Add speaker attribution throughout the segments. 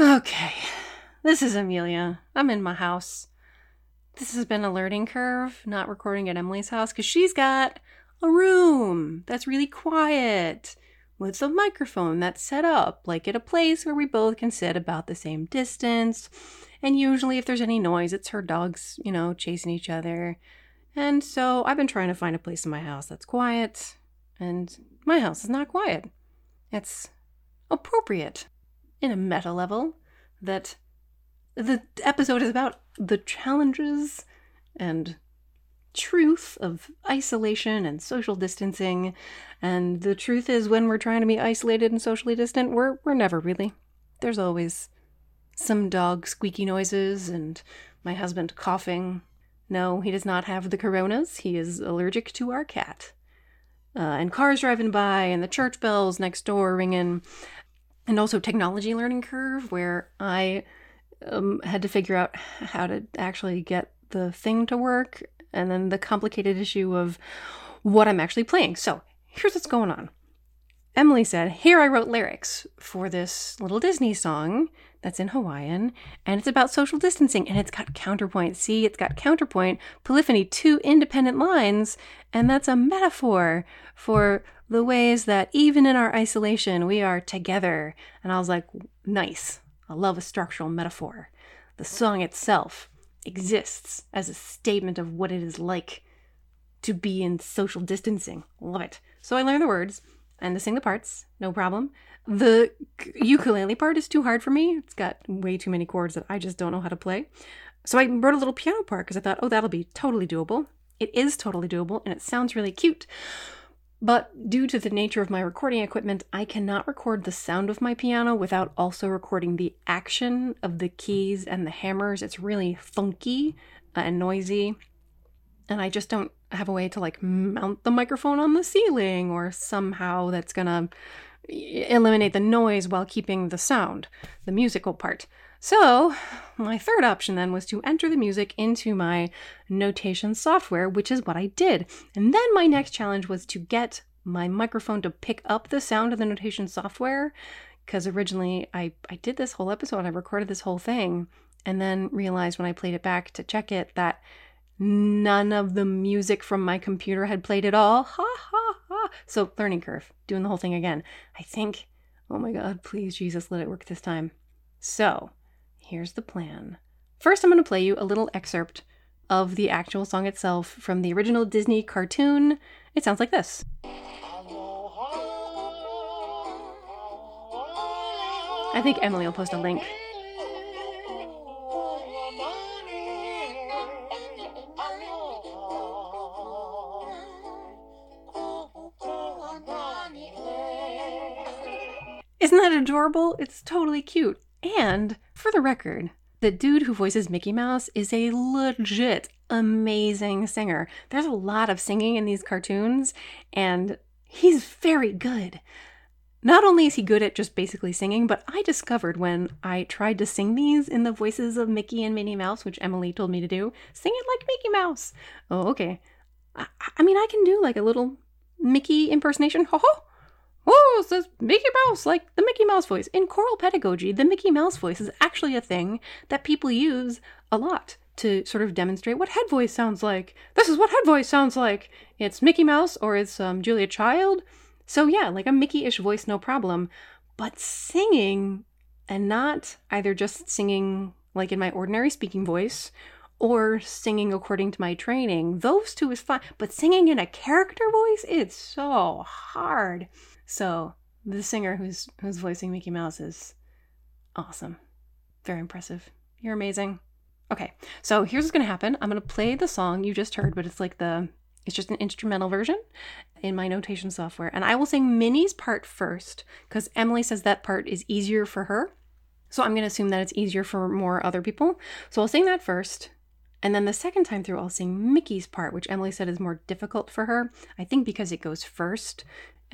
Speaker 1: Okay, this is Amelia. I'm in my house. This has been a learning curve, not recording at Emily's house, because she's got a room that's really quiet with a microphone that's set up, like at a place where we both can sit about the same distance. And usually, if there's any noise, it's her dogs, you know, chasing each other. And so I've been trying to find a place in my house that's quiet, and my house is not quiet. It's appropriate in a meta level that the episode is about the challenges and truth of isolation and social distancing. And the truth is when we're trying to be isolated and socially distant, we're we're never really. There's always some dog squeaky noises and my husband coughing. No, he does not have the coronas. He is allergic to our cat. Uh, and cars driving by, and the church bells next door ringing, and also technology learning curve, where I um, had to figure out how to actually get the thing to work, and then the complicated issue of what I'm actually playing. So here's what's going on. Emily said, Here I wrote lyrics for this little Disney song that's in Hawaiian, and it's about social distancing, and it's got counterpoint. See, it's got counterpoint, polyphony, two independent lines, and that's a metaphor for the ways that even in our isolation, we are together. And I was like, Nice. I love a structural metaphor. The song itself exists as a statement of what it is like to be in social distancing. Love it. So I learned the words and to sing the parts, no problem. The k- ukulele part is too hard for me. It's got way too many chords that I just don't know how to play. So I wrote a little piano part because I thought, oh, that'll be totally doable. It is totally doable and it sounds really cute. But due to the nature of my recording equipment, I cannot record the sound of my piano without also recording the action of the keys and the hammers. It's really funky uh, and noisy. And I just don't have a way to like mount the microphone on the ceiling or somehow that's gonna e-, eliminate the noise while keeping the sound, the musical part. So, my third option then was to enter the music into my notation software, which is what I did. And then my next challenge was to get my microphone to pick up the sound of the notation software. Because originally I, I did this whole episode, I recorded this whole thing, and then realized when I played it back to check it that none of the music from my computer had played at all. Ha ha ha. So, learning curve, doing the whole thing again. I think, oh my God, please, Jesus, let it work this time. So, here's the plan. First, I'm going to play you a little excerpt of the actual song itself from the original Disney cartoon. It sounds like this.
Speaker 2: I
Speaker 1: I think Emily will post a link. Isn't that adorable? It's totally cute. And for the record, the dude who voices Mickey Mouse is a legit amazing singer. There's a lot of singing in these cartoons, and he's very good. Not only is he good at just basically singing, but I discovered when I tried to sing these in the voices of Mickey and Minnie Mouse, which Emily told me to do, sing it like Mickey Mouse. Oh, okay. I, I mean, I can do like a little Mickey impersonation. Ho ho! Whoa, it says Mickey Mouse, like the Mickey Mouse voice. In choral pedagogy, the Mickey Mouse voice is actually a thing that people use a lot to sort of demonstrate what head voice sounds like. This is what head voice sounds like. It's Mickey Mouse or it's um, Julia Child. So, yeah, like a Mickey ish voice, no problem. But singing and not either just singing like in my ordinary speaking voice or singing according to my training, those two is fine. But singing in a character voice, it's so hard. So the singer who's who's voicing Mickey Mouse is awesome. Very impressive. You're amazing. Okay, so here's what's gonna happen. I'm gonna play the song you just heard, but it's like the it's just an instrumental version in my notation software. And I will sing Minnie's part first, because Emily says that part is easier for her. So I'm gonna assume that it's easier for more other people. So I'll sing that first. And then the second time through, I'll sing Mickey's part, which Emily said is more difficult for her. I think because it goes first.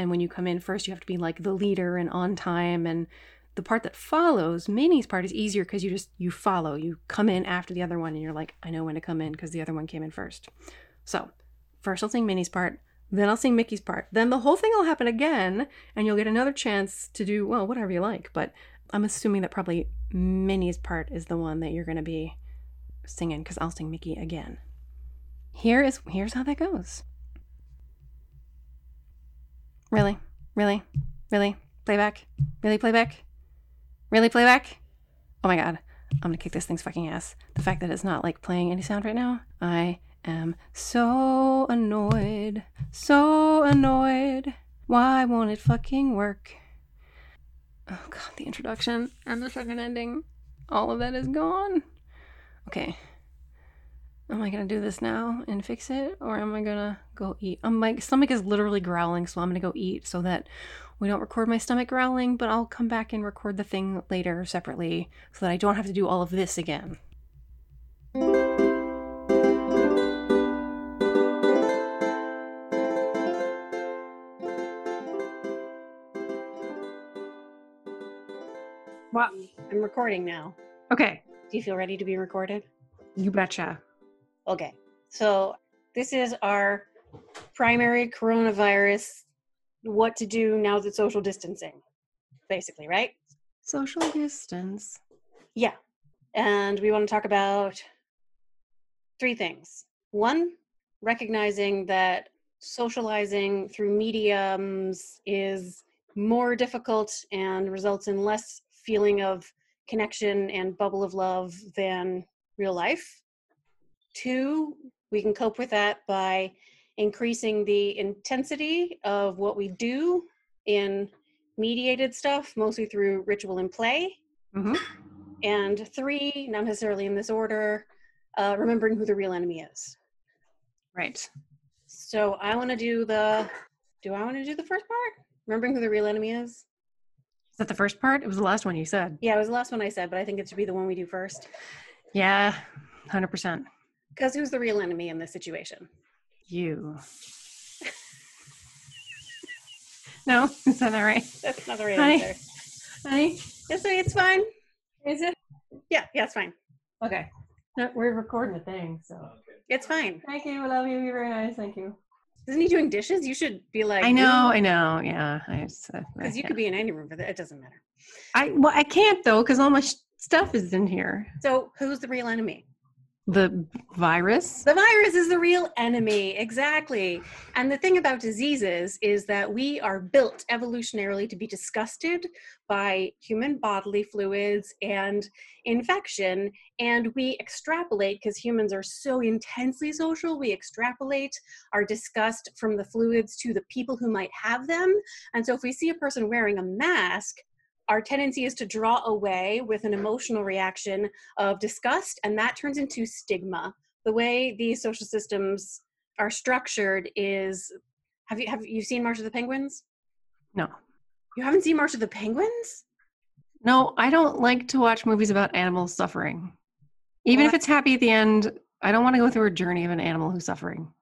Speaker 1: And when you come in first, you have to be like the leader and on time. And the part that follows, Minnie's part, is easier because you just, you follow. You come in after the other one and you're like, I know when to come in because the other one came in first. So first I'll sing Minnie's part. Then I'll sing Mickey's part. Then the whole thing will happen again, and you'll get another chance to do, well, whatever you like. But I'm assuming that probably Minnie's part is the one that you're going to be singing because I'll sing Mickey again. Here is here's how that goes. Really, really, really playback, really playback, really playback. Oh my god, I'm gonna kick this thing's fucking ass. The fact that it's not like playing any sound right now, I am so annoyed, so annoyed. Why won't it fucking work? Oh god, the introduction and the second ending, all of that is gone. Okay. Am I gonna do this now and fix it, or am I gonna go eat? Um, my stomach is literally growling, so I'm gonna go eat so that we don't record my stomach growling. But I'll come back and record the thing later separately, so that I don't have to do all of this again.
Speaker 2: Well, I'm recording now.
Speaker 1: Okay,
Speaker 2: Do you feel ready to be recorded?
Speaker 1: you betcha.
Speaker 2: Okay. So, this is our primary coronavirus what to do now that social distancing, basically, right?
Speaker 1: Social distance.
Speaker 2: Yeah. And we want to talk about three things. One, recognizing that socializing through mediums is more difficult and results in less feeling of connection and bubble of love than real life. Two, we can cope with that by increasing the intensity of what we do in mediated stuff, mostly through ritual and play.
Speaker 1: Mm-hmm.
Speaker 2: And three, not necessarily in this order, uh, remembering who the real enemy is.
Speaker 1: Right.
Speaker 2: So I want to do the. Do I want to do the first part? Remembering who the real enemy is.
Speaker 1: Is that the first part? It was the last one you said.
Speaker 2: Yeah, it was the last one I said, but I think it should be the one we do first.
Speaker 1: Yeah, hundred percent.
Speaker 2: Because who's the real enemy in this situation?
Speaker 1: You. no, is that not right?
Speaker 2: That's not the right
Speaker 1: Hi.
Speaker 2: answer.
Speaker 1: Honey?
Speaker 2: It's, it's fine.
Speaker 1: Is it?
Speaker 2: Yeah, yeah, it's fine.
Speaker 1: Okay. No, we're recording the thing, so.
Speaker 2: It's fine.
Speaker 1: Thank you. Love you. You're very nice. Thank you.
Speaker 2: Isn't he doing dishes? You should be like.
Speaker 1: I know. I know. Yeah. I just, uh,
Speaker 2: Because you
Speaker 1: yeah.
Speaker 2: could be in any room for that. It doesn't matter.
Speaker 1: I well, I can't though, because all my sh- stuff is in here.
Speaker 2: So who's the real enemy?
Speaker 1: The virus.
Speaker 2: The virus is the real enemy, exactly. And the thing about diseases is that we are built evolutionarily to be disgusted by human bodily fluids and infection. And we extrapolate, because humans are so intensely social, we extrapolate our disgust from the fluids to the people who might have them. And so if we see a person wearing a mask, our tendency is to draw away with an emotional reaction of disgust, and that turns into stigma the way these social systems are structured is have you have you seen March of the Penguins?
Speaker 1: No,
Speaker 2: You haven't seen March of the Penguins?
Speaker 1: no, I don't like to watch movies about animals suffering, even if
Speaker 2: What?
Speaker 1: it's happy at the end. I don't want to go through a journey of an animal who's suffering.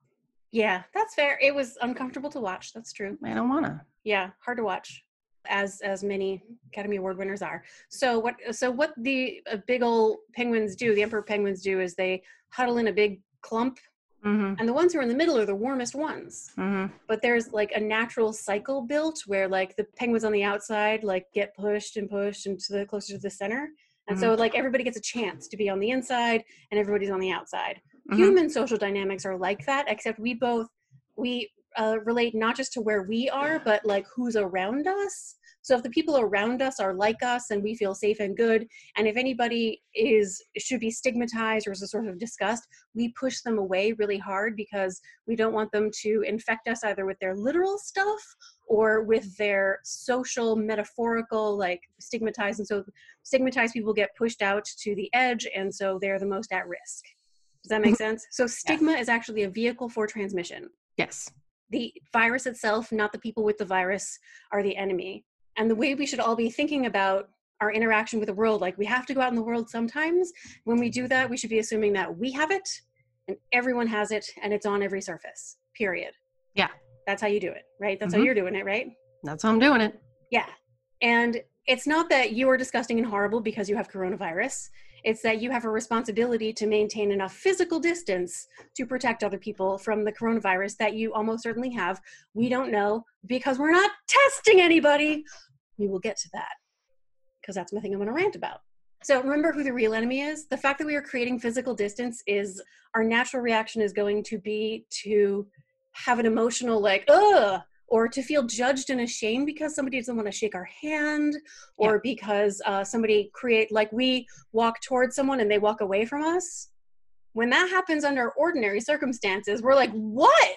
Speaker 2: Yeah, that's fair. It was uncomfortable to watch. That's true.
Speaker 1: I don't wanna.
Speaker 2: Yeah, hard to watch as as many Academy Award winners are. So what so what the uh, big old penguins do, the emperor penguins do is they huddle in a big clump
Speaker 1: Mm-hmm.
Speaker 2: and the ones who are in the middle are the warmest ones.
Speaker 1: Mm-hmm.
Speaker 2: but there's like a natural cycle built where like the penguins on the outside like get pushed and pushed and to the closer to the center and so like everybody gets a chance to be on the inside and everybody's on the outside
Speaker 1: Mhm.
Speaker 2: human social dynamics are like that except we both we uh, relate not just to where we are but like who's around us so if the people around us are like us and we feel safe and good and if anybody is should be stigmatized or is a source of disgust we push them away really hard because we don't want them to infect us either with their literal stuff or with their social metaphorical like stigmatized and so stigmatized people get pushed out to the edge and so they're the most at risk does that make sense so stigma is actually a vehicle for transmission
Speaker 1: Yes.
Speaker 2: the virus itself not the people with the virus are the enemy and the way we should all be thinking about our interaction with the world like we have to go out in the world sometimes when we do that we should be assuming that we have it and everyone has it and it's on every surface period
Speaker 1: Yeah.
Speaker 2: that's how you do it right that's
Speaker 1: Mhm.
Speaker 2: how you're doing it right
Speaker 1: That's how I'm doing it.
Speaker 2: yeah. And it's not that you are disgusting and horrible because you have coronavirus. It's that you have a responsibility to maintain enough physical distance to protect other people from the coronavirus that you almost certainly have. We don't know because we're not testing anybody. We will get to that because that's my thing I'm going to rant about. So remember who the real enemy is? The fact that we are creating physical distance is our natural reaction is going to be to have an emotional, like, ugh, or to feel judged and ashamed because somebody doesn't want to shake our hand or
Speaker 1: Yeah.
Speaker 2: because uh, somebody create like we walk towards someone and they walk away from us when that happens under ordinary circumstances we're like what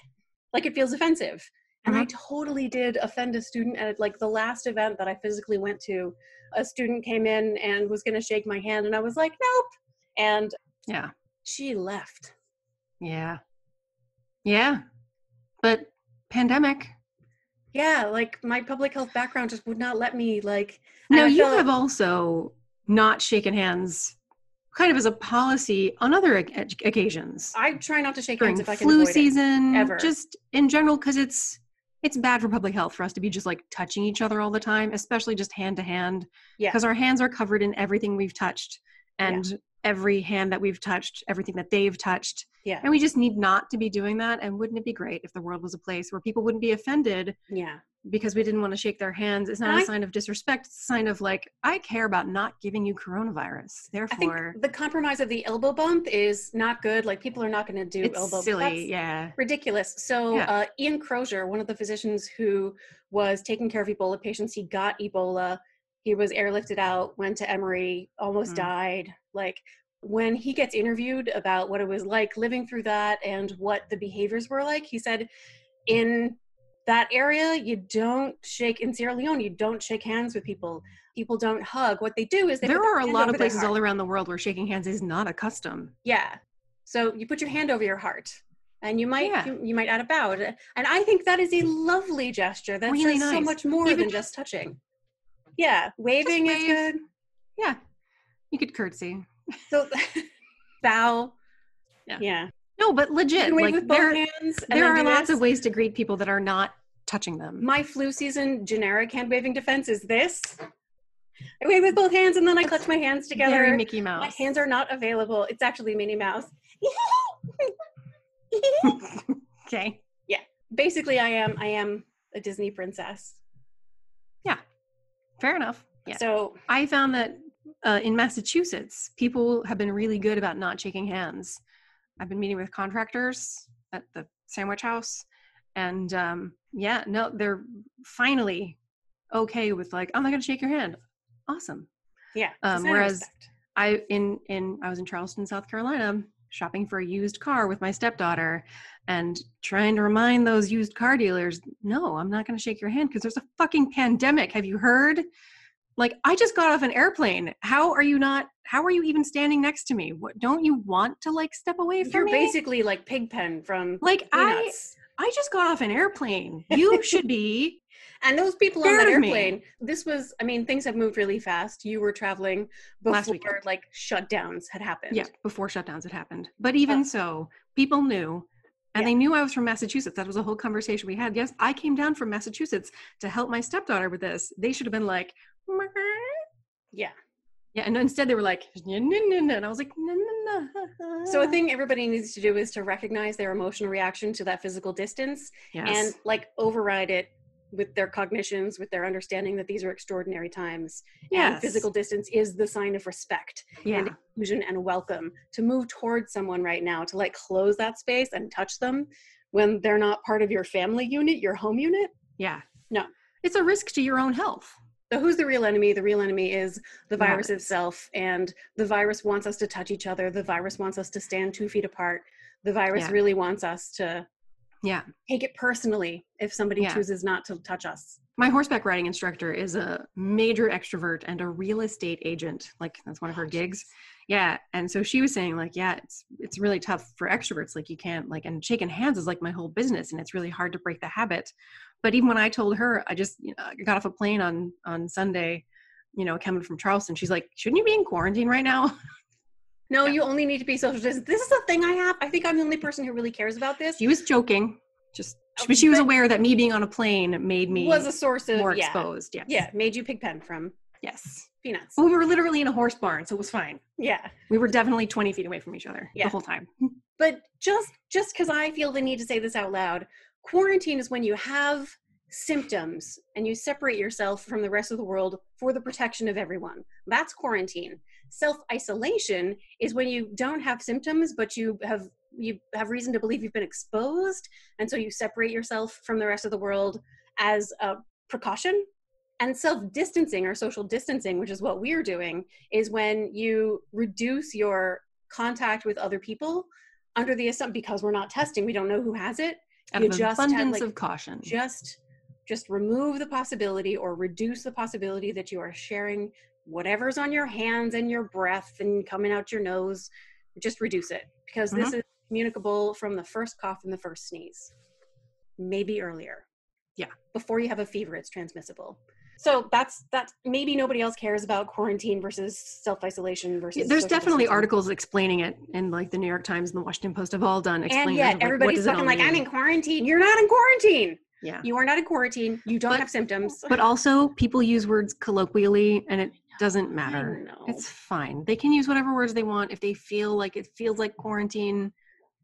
Speaker 2: like it feels offensive and
Speaker 1: Uh-huh.
Speaker 2: i totally did offend a student at like the last event that i physically went to a student came in and was going to shake my hand and i was like nope and
Speaker 1: Yeah.
Speaker 2: she left
Speaker 1: Yeah. Yeah. But pandemic.
Speaker 2: yeah like my public health background just would not let me like
Speaker 1: Now,
Speaker 2: I
Speaker 1: you
Speaker 2: feel-
Speaker 1: have also not shaken hands kind of as a policy on other oc- occasions.
Speaker 2: I try not to shake hands
Speaker 1: during
Speaker 2: if I can
Speaker 1: flu
Speaker 2: avoid it.
Speaker 1: season,
Speaker 2: ever.
Speaker 1: just in general, because it's it's bad for public health for us to be just like touching each other all the time, especially just hand to hand,
Speaker 2: Yeah.
Speaker 1: because our hands are covered in everything we've touched and every hand that we've touched, everything that they've touched,
Speaker 2: Yeah,
Speaker 1: and we just need not to be doing that. And wouldn't it be great if the world was a place where people wouldn't be offended
Speaker 2: yeah,
Speaker 1: because we didn't want to shake their hands? It's not
Speaker 2: And
Speaker 1: a
Speaker 2: I-
Speaker 1: sign of disrespect. It's a sign of like I care about not giving you coronavirus.
Speaker 2: I think
Speaker 1: Therefore,
Speaker 2: the compromise of the elbow bump is not good. Like people are not going to do elbow.
Speaker 1: it's
Speaker 2: That's
Speaker 1: silly. Yeah,
Speaker 2: ridiculous. So
Speaker 1: Yeah.
Speaker 2: uh, Ian Crozier, one of the physicians who was taking care of Ebola patients, he got Ebola. He was airlifted out, went to Emory, almost
Speaker 1: Mm.
Speaker 2: died. Like when he gets interviewed about what it was like living through that and what the behaviors were like, he said, in that area, you don't shake in Sierra Leone. You don't shake hands with people. People don't hug. What they do is they
Speaker 1: there
Speaker 2: put their
Speaker 1: are a
Speaker 2: hand
Speaker 1: lot
Speaker 2: over
Speaker 1: of
Speaker 2: their
Speaker 1: places
Speaker 2: heart.
Speaker 1: all around the world where shaking hands is not a custom.
Speaker 2: Yeah. So you put your hand over your heart, and you might
Speaker 1: Yeah.
Speaker 2: you, you might add a bow, to- and I think that is a lovely gesture. That
Speaker 1: Really
Speaker 2: says so
Speaker 1: nice.
Speaker 2: much more
Speaker 1: Even
Speaker 2: than just touching. Yeah, waving is
Speaker 1: wave.
Speaker 2: good.
Speaker 1: Yeah, you could curtsy.
Speaker 2: So bow.
Speaker 1: Yeah.
Speaker 2: yeah.
Speaker 1: No, but
Speaker 2: You
Speaker 1: legit,
Speaker 2: can wave
Speaker 1: like
Speaker 2: with both
Speaker 1: there,
Speaker 2: hands. and
Speaker 1: there
Speaker 2: then
Speaker 1: are
Speaker 2: do
Speaker 1: lots
Speaker 2: this.
Speaker 1: of ways to greet people that are not touching them.
Speaker 2: My flu season generic hand waving defense is this. I wave with both hands, and then I clutch my hands together.
Speaker 1: Very Mickey
Speaker 2: My
Speaker 1: Mouse.
Speaker 2: hands are not available. It's actually Minnie Mouse.
Speaker 1: okay.
Speaker 2: Basically, I am I am a Disney princess.
Speaker 1: Fair enough. Yeah.
Speaker 2: So
Speaker 1: I found that uh, in Massachusetts, people have been really good about not shaking hands. I've been meeting with contractors at the sandwich house, and um, yeah, no, they're finally okay with like, I'm not going to shake your hand. Awesome.
Speaker 2: yeah.
Speaker 1: Um,
Speaker 2: it's not
Speaker 1: whereas-
Speaker 2: respect.
Speaker 1: I in in I was in Charleston, South Carolina, shopping for a used car with my stepdaughter, and trying to remind those used car dealers, no, I'm not going to shake your hand because there's a fucking pandemic. Have you heard? Like I just got off an airplane. How are you not? How are you even standing next to me? What don't you want to like step away from
Speaker 2: you're
Speaker 1: me?
Speaker 2: basically like Pigpen from
Speaker 1: like I
Speaker 2: Peanuts.
Speaker 1: I just got off an airplane. You should be.
Speaker 2: and those people on
Speaker 1: Scared
Speaker 2: that
Speaker 1: of me.
Speaker 2: airplane. This was, I mean, things have moved really fast. You were traveling before
Speaker 1: Last weekend.
Speaker 2: like shutdowns had happened.
Speaker 1: Yeah, before shutdowns had happened. But even
Speaker 2: Oh.
Speaker 1: so, people knew, and
Speaker 2: Yeah.
Speaker 1: they knew I was from Massachusetts. That was a whole conversation we had. Yes, I came down from Massachusetts to help my stepdaughter with this. They should have been like, "Meh."
Speaker 2: Yeah.
Speaker 1: yeah, and instead they were like, "Nya, nya, nya, nya," and I was like, "No, no, no."
Speaker 2: So a thing everybody needs to do is to recognize their emotional reaction to that physical distance and
Speaker 1: yes,
Speaker 2: like override it with their cognitions, with their understanding that these are extraordinary times.
Speaker 1: yes,
Speaker 2: And physical distance is the sign of respect,
Speaker 1: yeah,
Speaker 2: inclusion, and welcome. To move towards someone right now, to like close that space and touch them when they're not part of your family unit, your home unit.
Speaker 1: yeah,
Speaker 2: No.
Speaker 1: it's a risk to your own health.
Speaker 2: So who's the real enemy? The real enemy is the
Speaker 1: Not
Speaker 2: virus
Speaker 1: it.
Speaker 2: itself, and the virus wants us to touch each other. The virus wants us to stand two feet apart. The virus
Speaker 1: Yeah.
Speaker 2: really wants us to
Speaker 1: Yeah.
Speaker 2: take it personally if somebody
Speaker 1: Yeah.
Speaker 2: chooses not to touch us.
Speaker 1: My horseback riding instructor is a major extrovert and a real estate agent. Like that's one of her gigs. Yeah, and so she was saying like, yeah, it's it's really tough for extroverts. Like you can't like and shaking hands is like my whole business, and it's really hard to break the habit. But even when I told her, I just you know, I got off a plane on on Sunday, you know, coming from Charleston. She's like, shouldn't you be in quarantine right now?
Speaker 2: No,
Speaker 1: Yeah.
Speaker 2: you only need to be social distance. This is a thing I have. I think I'm the only person who really cares about this.
Speaker 1: She was joking, just but she was
Speaker 2: But-
Speaker 1: aware that me being on a plane made me
Speaker 2: Oh, was a source of
Speaker 1: more
Speaker 2: yeah,
Speaker 1: exposed. Yes.
Speaker 2: yeah, made you pigpen from
Speaker 1: Yes.
Speaker 2: peanuts.
Speaker 1: But we were literally in a horse barn, so it was fine.
Speaker 2: Yeah.
Speaker 1: We were definitely 20 feet away from each other
Speaker 2: Yeah.
Speaker 1: the whole time.
Speaker 2: but just just because i feel the need to say this out loud quarantine is when you have symptoms and you separate yourself from the rest of the world for the protection of everyone. That's quarantine. Self isolation is when you don't have symptoms, but you have you have reason to believe you've been exposed, and so you separate yourself from the rest of the world as a precaution. And self distancing or social distancing, which is what we're doing, is when you reduce your contact with other people under the assumption because we're not testing, we don't know who has it.
Speaker 1: Out
Speaker 2: you
Speaker 1: of
Speaker 2: just had,
Speaker 1: abundance
Speaker 2: like,
Speaker 1: of caution.
Speaker 2: just just remove the possibility or reduce the possibility that you are sharing whatever's on your hands and your breath and coming out your nose just reduce it because
Speaker 1: Mm-hmm.
Speaker 2: this is communicable from the first cough and the first sneeze maybe earlier
Speaker 1: Yeah.
Speaker 2: before you have a fever it's transmissible so that's that maybe nobody else cares about quarantine versus self-isolation versus
Speaker 1: Yeah, There's
Speaker 2: social
Speaker 1: definitely
Speaker 2: distancing.
Speaker 1: articles explaining it, and like the New York Times and the Washington Post have all done explaining. it,
Speaker 2: and yet
Speaker 1: like, what
Speaker 2: everybody's
Speaker 1: does it all
Speaker 2: looking like i'm
Speaker 1: mean?"
Speaker 2: in quarantine you're not in quarantine
Speaker 1: Yeah.
Speaker 2: you are not in quarantine you don't
Speaker 1: But-
Speaker 2: have symptoms
Speaker 1: But also, people use words colloquially, and it doesn't matter.
Speaker 2: I know.
Speaker 1: It's fine. They can use whatever words they want if they feel like it feels like quarantine.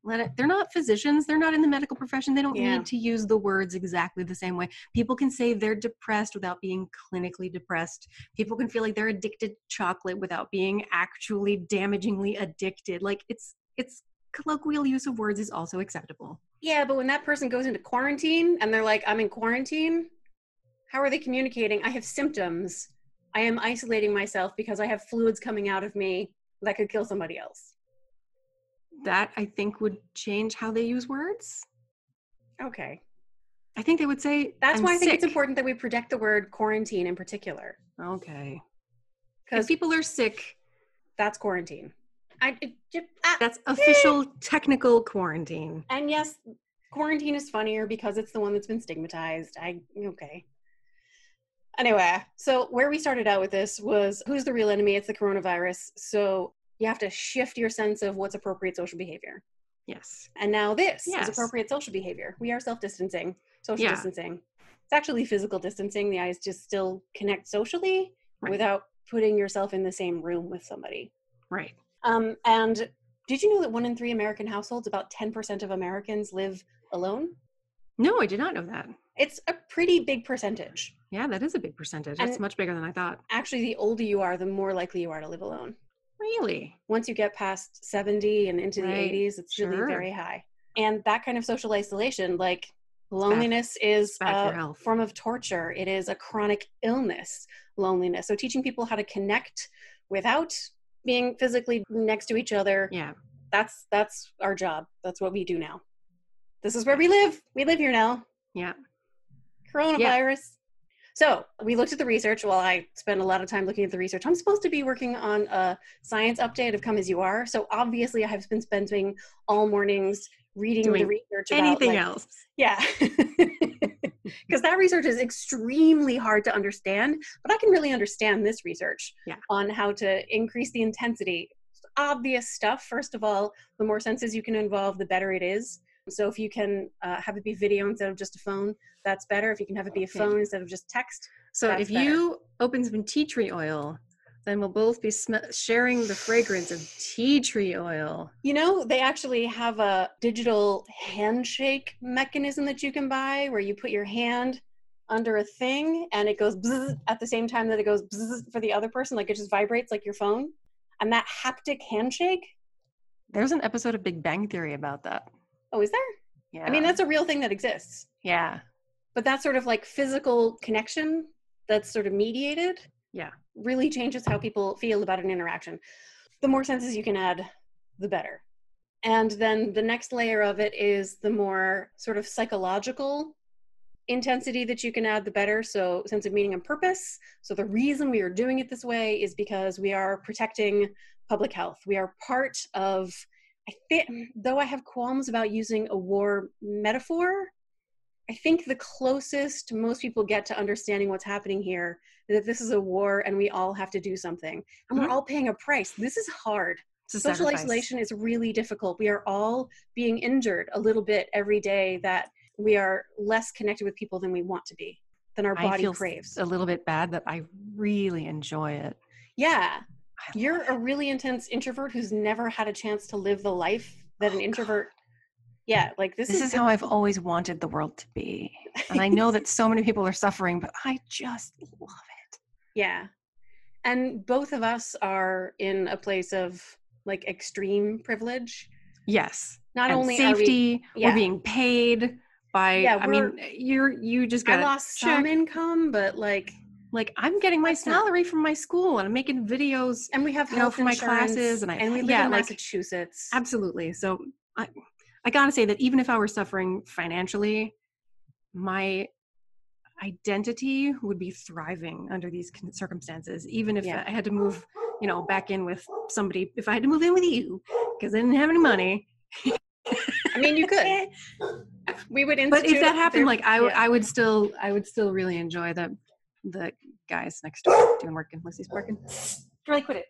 Speaker 1: Let it. They're not physicians. They're not in the medical profession. They don't
Speaker 2: Yeah.
Speaker 1: need to use the words exactly the same way. People can say they're depressed without being clinically depressed. People can feel like they're addicted to chocolate without being actually damagingly addicted. Like it's it's colloquial use of words is also acceptable.
Speaker 2: Yeah, but when that person goes into quarantine and they're like, I'm in quarantine, how are they communicating? I have symptoms. I am isolating myself because I have fluids coming out of me that could kill somebody else.
Speaker 1: That I think would change how they use words.
Speaker 2: Okay.
Speaker 1: I think they would say
Speaker 2: That's
Speaker 1: "I'm
Speaker 2: why I think it's
Speaker 1: sick."
Speaker 2: important that we protect the word quarantine in particular
Speaker 1: Okay, because
Speaker 2: because
Speaker 1: people are sick.
Speaker 2: that's quarantine. I, it, j- ah.
Speaker 1: That's official technical quarantine.
Speaker 2: and yes, quarantine is funnier because it's the one that's been stigmatized. I, okay. Anyway, so where we started out with this was who's the real enemy? It's the coronavirus. So you have to shift your sense of what's appropriate social behavior.
Speaker 1: Yes.
Speaker 2: And now this
Speaker 1: Yes.
Speaker 2: is appropriate social behavior. We are self distancing, social
Speaker 1: Yeah.
Speaker 2: distancing. It's actually physical distancing. The eyes just still connect socially
Speaker 1: Right.
Speaker 2: without putting yourself in the same room with somebody.
Speaker 1: Right.
Speaker 2: Um, and did you know that one in three American households, about 10% of Americans, live alone?
Speaker 1: No, I did not know that.
Speaker 2: It's a pretty big percentage.
Speaker 1: Yeah, that is a big percentage. That's
Speaker 2: And-
Speaker 1: much bigger than I thought.
Speaker 2: Actually, the older you are, the more likely you are to live alone.
Speaker 1: Really?
Speaker 2: Once you get past 70 and into
Speaker 1: Right,
Speaker 2: the 80s, it's
Speaker 1: sure.
Speaker 2: really very high. And that kind of social isolation, like loneliness is
Speaker 1: bad for your
Speaker 2: a
Speaker 1: health.
Speaker 2: form of torture. It is a chronic illness, loneliness. So teaching people how to connect without being physically next to each other,
Speaker 1: Yeah.
Speaker 2: that's that's our job. That's what we do now. This is where we live. We live here now.
Speaker 1: Yeah.
Speaker 2: coronavirus. So we looked at the research. While I spend a lot of time looking at the research, I'm supposed to be working on a science update of Come As You Are. So obviously, I have been spending all mornings reading the
Speaker 1: Doing
Speaker 2: research. About,
Speaker 1: Anything
Speaker 2: like-
Speaker 1: else?
Speaker 2: Yeah. Because that research is extremely hard to understand, but I can really understand this research
Speaker 1: Yeah.
Speaker 2: on how to increase the intensity. Obvious stuff. First of all, the more senses you can involve, the better it is. So if you can uh, have it be video instead of just a phone, that's better. If you can have it be a
Speaker 1: Okay.
Speaker 2: phone instead of just text,
Speaker 1: So
Speaker 2: That's
Speaker 1: if you open some tea tree oil, then we'll both be sm- sharing the fragrance of tea tree oil.
Speaker 2: You know, they actually have a digital handshake mechanism that you can buy where you put your hand under a thing and it goes bzzz at the same time that it goes bzzz for the other person. Like it just vibrates like your phone. And that haptic handshake.
Speaker 1: There's an episode of Big Bang Theory about that.
Speaker 2: Oh, is there?
Speaker 1: Yeah.
Speaker 2: I mean, that's a real thing that exists.
Speaker 1: yeah.
Speaker 2: But that sort of like physical connection that's sort of mediated.
Speaker 1: Yeah.
Speaker 2: Really changes how people feel about an interaction. The more senses you can add, the better. And then the next layer of it is the more sort of psychological intensity that you can add, the better. So, sense of meaning and purpose. So, the reason we are doing it this way is because we are protecting public health. We are part of, I think, though I have qualms about using a war metaphor, I think the closest most people get to understanding what's happening here is that this is a war and we all have to do something. And
Speaker 1: Mhm.
Speaker 2: we're all paying a price. This is hard
Speaker 1: It's a
Speaker 2: social
Speaker 1: sacrifice.
Speaker 2: isolation is really difficult. We are all being injured a little bit every day that we are less connected with people than we want to be, than our
Speaker 1: I
Speaker 2: body
Speaker 1: feel s-
Speaker 2: craves.
Speaker 1: a little bit bad that I really enjoy it. I
Speaker 2: yeah.
Speaker 1: love
Speaker 2: You're
Speaker 1: it.
Speaker 2: a really intense introvert who's never had a chance to live the life that
Speaker 1: Oh,
Speaker 2: an
Speaker 1: God.
Speaker 2: introvert. Yeah, like this,
Speaker 1: this is
Speaker 2: the-
Speaker 1: how I've always wanted the world to be. And I know that so many people are suffering, but I just love it.
Speaker 2: Yeah. And both of us are in a place of like extreme privilege.
Speaker 1: Yes.
Speaker 2: Not
Speaker 1: and
Speaker 2: only are we,
Speaker 1: safety,
Speaker 2: yeah.
Speaker 1: we're being paid by
Speaker 2: Yeah,
Speaker 1: I mean, you're you just got
Speaker 2: I lost some income, but like,
Speaker 1: like I'm getting my
Speaker 2: That's not-
Speaker 1: salary from my school and I'm making videos.
Speaker 2: and we have
Speaker 1: You know,
Speaker 2: health
Speaker 1: for my
Speaker 2: insurance,
Speaker 1: classes, and I-
Speaker 2: we live
Speaker 1: yeah,
Speaker 2: in
Speaker 1: like-
Speaker 2: Massachusetts.
Speaker 1: Absolutely. So I I gotta say that even if I were suffering financially, my identity would be thriving under these con- circumstances. Even if
Speaker 2: Yeah.
Speaker 1: I had to move, you know, back in with somebody, if I had to move in with you because I didn't have any money.
Speaker 2: I mean, you could. We would institute.
Speaker 1: but if that happened,
Speaker 2: there-
Speaker 1: like I, w-
Speaker 2: yeah.
Speaker 1: I would still, I would still really enjoy the, the guys next door doing work and Lucy's barking. Really quit it.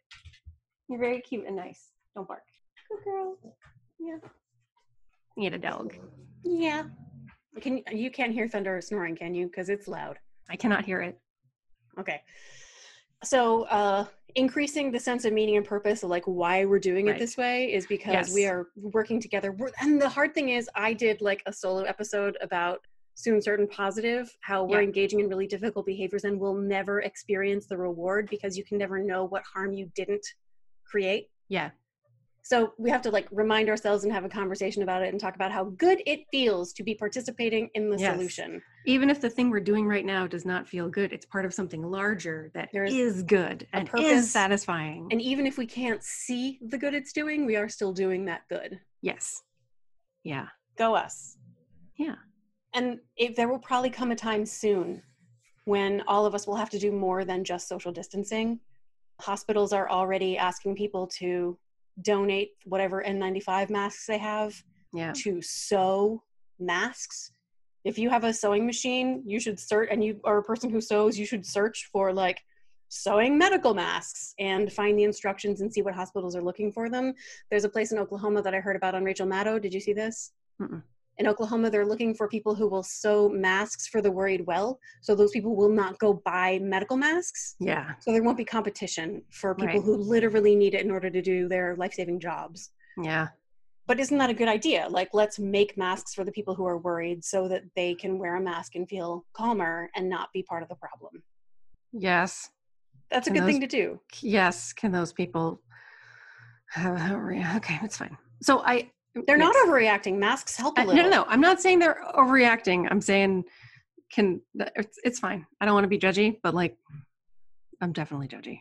Speaker 1: You're very cute and nice. Don't bark.
Speaker 2: Good girl. Yeah.
Speaker 1: You need a dog.
Speaker 2: Yeah. Can you can't hear thunder or snoring, can you? Because it's loud.
Speaker 1: I cannot hear it.
Speaker 2: Okay. So uh increasing the sense of meaning and purpose of like why we're doing
Speaker 1: Right.
Speaker 2: it this way is because we
Speaker 1: Yes.
Speaker 2: are working together. We're, and the hard thing is I did like a solo episode about soon certain positive how we're
Speaker 1: Yeah.
Speaker 2: engaging in really difficult behaviors and we'll never experience the reward because you can never know what harm you didn't create.
Speaker 1: Yeah.
Speaker 2: So we have to like remind ourselves and have a conversation about it and talk about how good it feels to be participating in the
Speaker 1: Yes.
Speaker 2: solution.
Speaker 1: Even if the thing we're doing right now does not feel good, it's part of something larger that
Speaker 2: There is
Speaker 1: is good
Speaker 2: a
Speaker 1: and
Speaker 2: purpose
Speaker 1: is satisfying.
Speaker 2: And even if we can't see the good it's doing, we are still doing that good.
Speaker 1: yes. Yeah.
Speaker 2: Go us.
Speaker 1: Yeah.
Speaker 2: And if there will probably come a time soon when all of us will have to do more than just social distancing. Hospitals are already asking people to donate whatever N95 masks they have
Speaker 1: Yeah.
Speaker 2: to sew masks. If you have a sewing machine, you should search, and you are a person who sews, you should search for like sewing medical masks and find the instructions and see what hospitals are looking for them. There's a place in Oklahoma that I heard about on Rachel Maddow. Did you see this?
Speaker 1: Mm-mm.
Speaker 2: In Oklahoma, they're looking for people who will sew masks for the worried well. So those people will not go buy medical masks.
Speaker 1: Yeah.
Speaker 2: So there won't be competition for people
Speaker 1: Right.
Speaker 2: who literally need it in order to do their life saving jobs
Speaker 1: Yeah.
Speaker 2: but isn't that a good idea like let's make masks for the people who are worried so that they can wear a mask and feel calmer and not be part of the problem
Speaker 1: Yes.
Speaker 2: that's a
Speaker 1: And
Speaker 2: good thing to
Speaker 1: those-
Speaker 2: do
Speaker 1: Yes. Can those people have a re- okay, it's fine. So I
Speaker 2: they're
Speaker 1: yes.
Speaker 2: not overreacting masks help a
Speaker 1: I-
Speaker 2: little
Speaker 1: no, no, no. I'm not saying they're overreacting. I'm saying can that- it's, it's fine. I don't want to be judgy, but like I'm definitely judgy.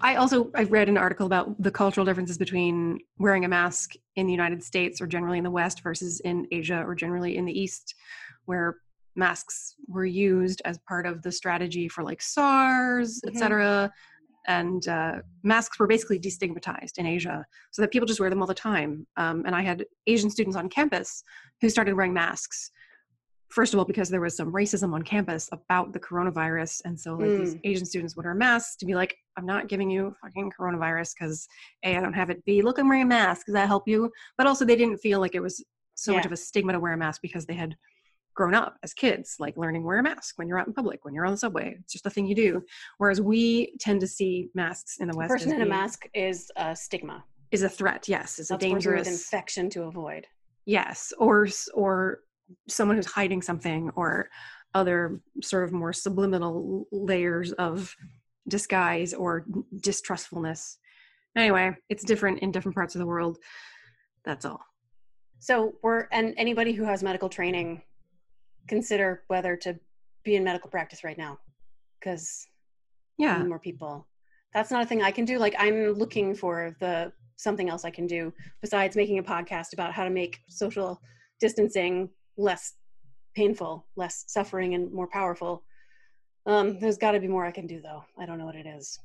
Speaker 1: I also I read an article about the cultural differences between wearing a mask in the United States or generally in the West versus in Asia or generally in the East, where masks were used as part of the strategy for like SARS,
Speaker 2: Mhm.
Speaker 1: etc. And uh, masks were basically destigmatized in Asia, so that people just wear them all the time. Um, and I had Asian students on campus who started wearing masks. First of all, because there was some racism on campus about the coronavirus, and so like
Speaker 2: Mm.
Speaker 1: these Asian students would wear masks to be like, "I'm not giving you fucking coronavirus because a I don't have it. B look, I'm wearing a mask. Does that help you?" But also, they didn't feel like it was so much
Speaker 2: Yeah.
Speaker 1: of a stigma to wear a mask because they had grown up as kids, like learning wear a mask when you're out in public, when you're on the subway. It's just a thing you do. Whereas we tend to see masks in the
Speaker 2: a
Speaker 1: West
Speaker 2: person
Speaker 1: as
Speaker 2: in a
Speaker 1: being-
Speaker 2: mask is a stigma
Speaker 1: is a threat. Yes, is a
Speaker 2: that's a person with
Speaker 1: dangerous
Speaker 2: infection to avoid
Speaker 1: yes or s- or someone who's hiding something or other sort of more subliminal layers of disguise or distrustfulness anyway it's different in different parts of the world that's all
Speaker 2: so we're and anybody who has medical training consider whether to be in medical practice right now because
Speaker 1: yeah
Speaker 2: need more people. That's not a thing I can do. Like I'm looking for the something else I can do besides making a podcast about how to make social distancing less painful, less suffering, and more powerful. Um, there's got to be more I can do though. I don't know what it is.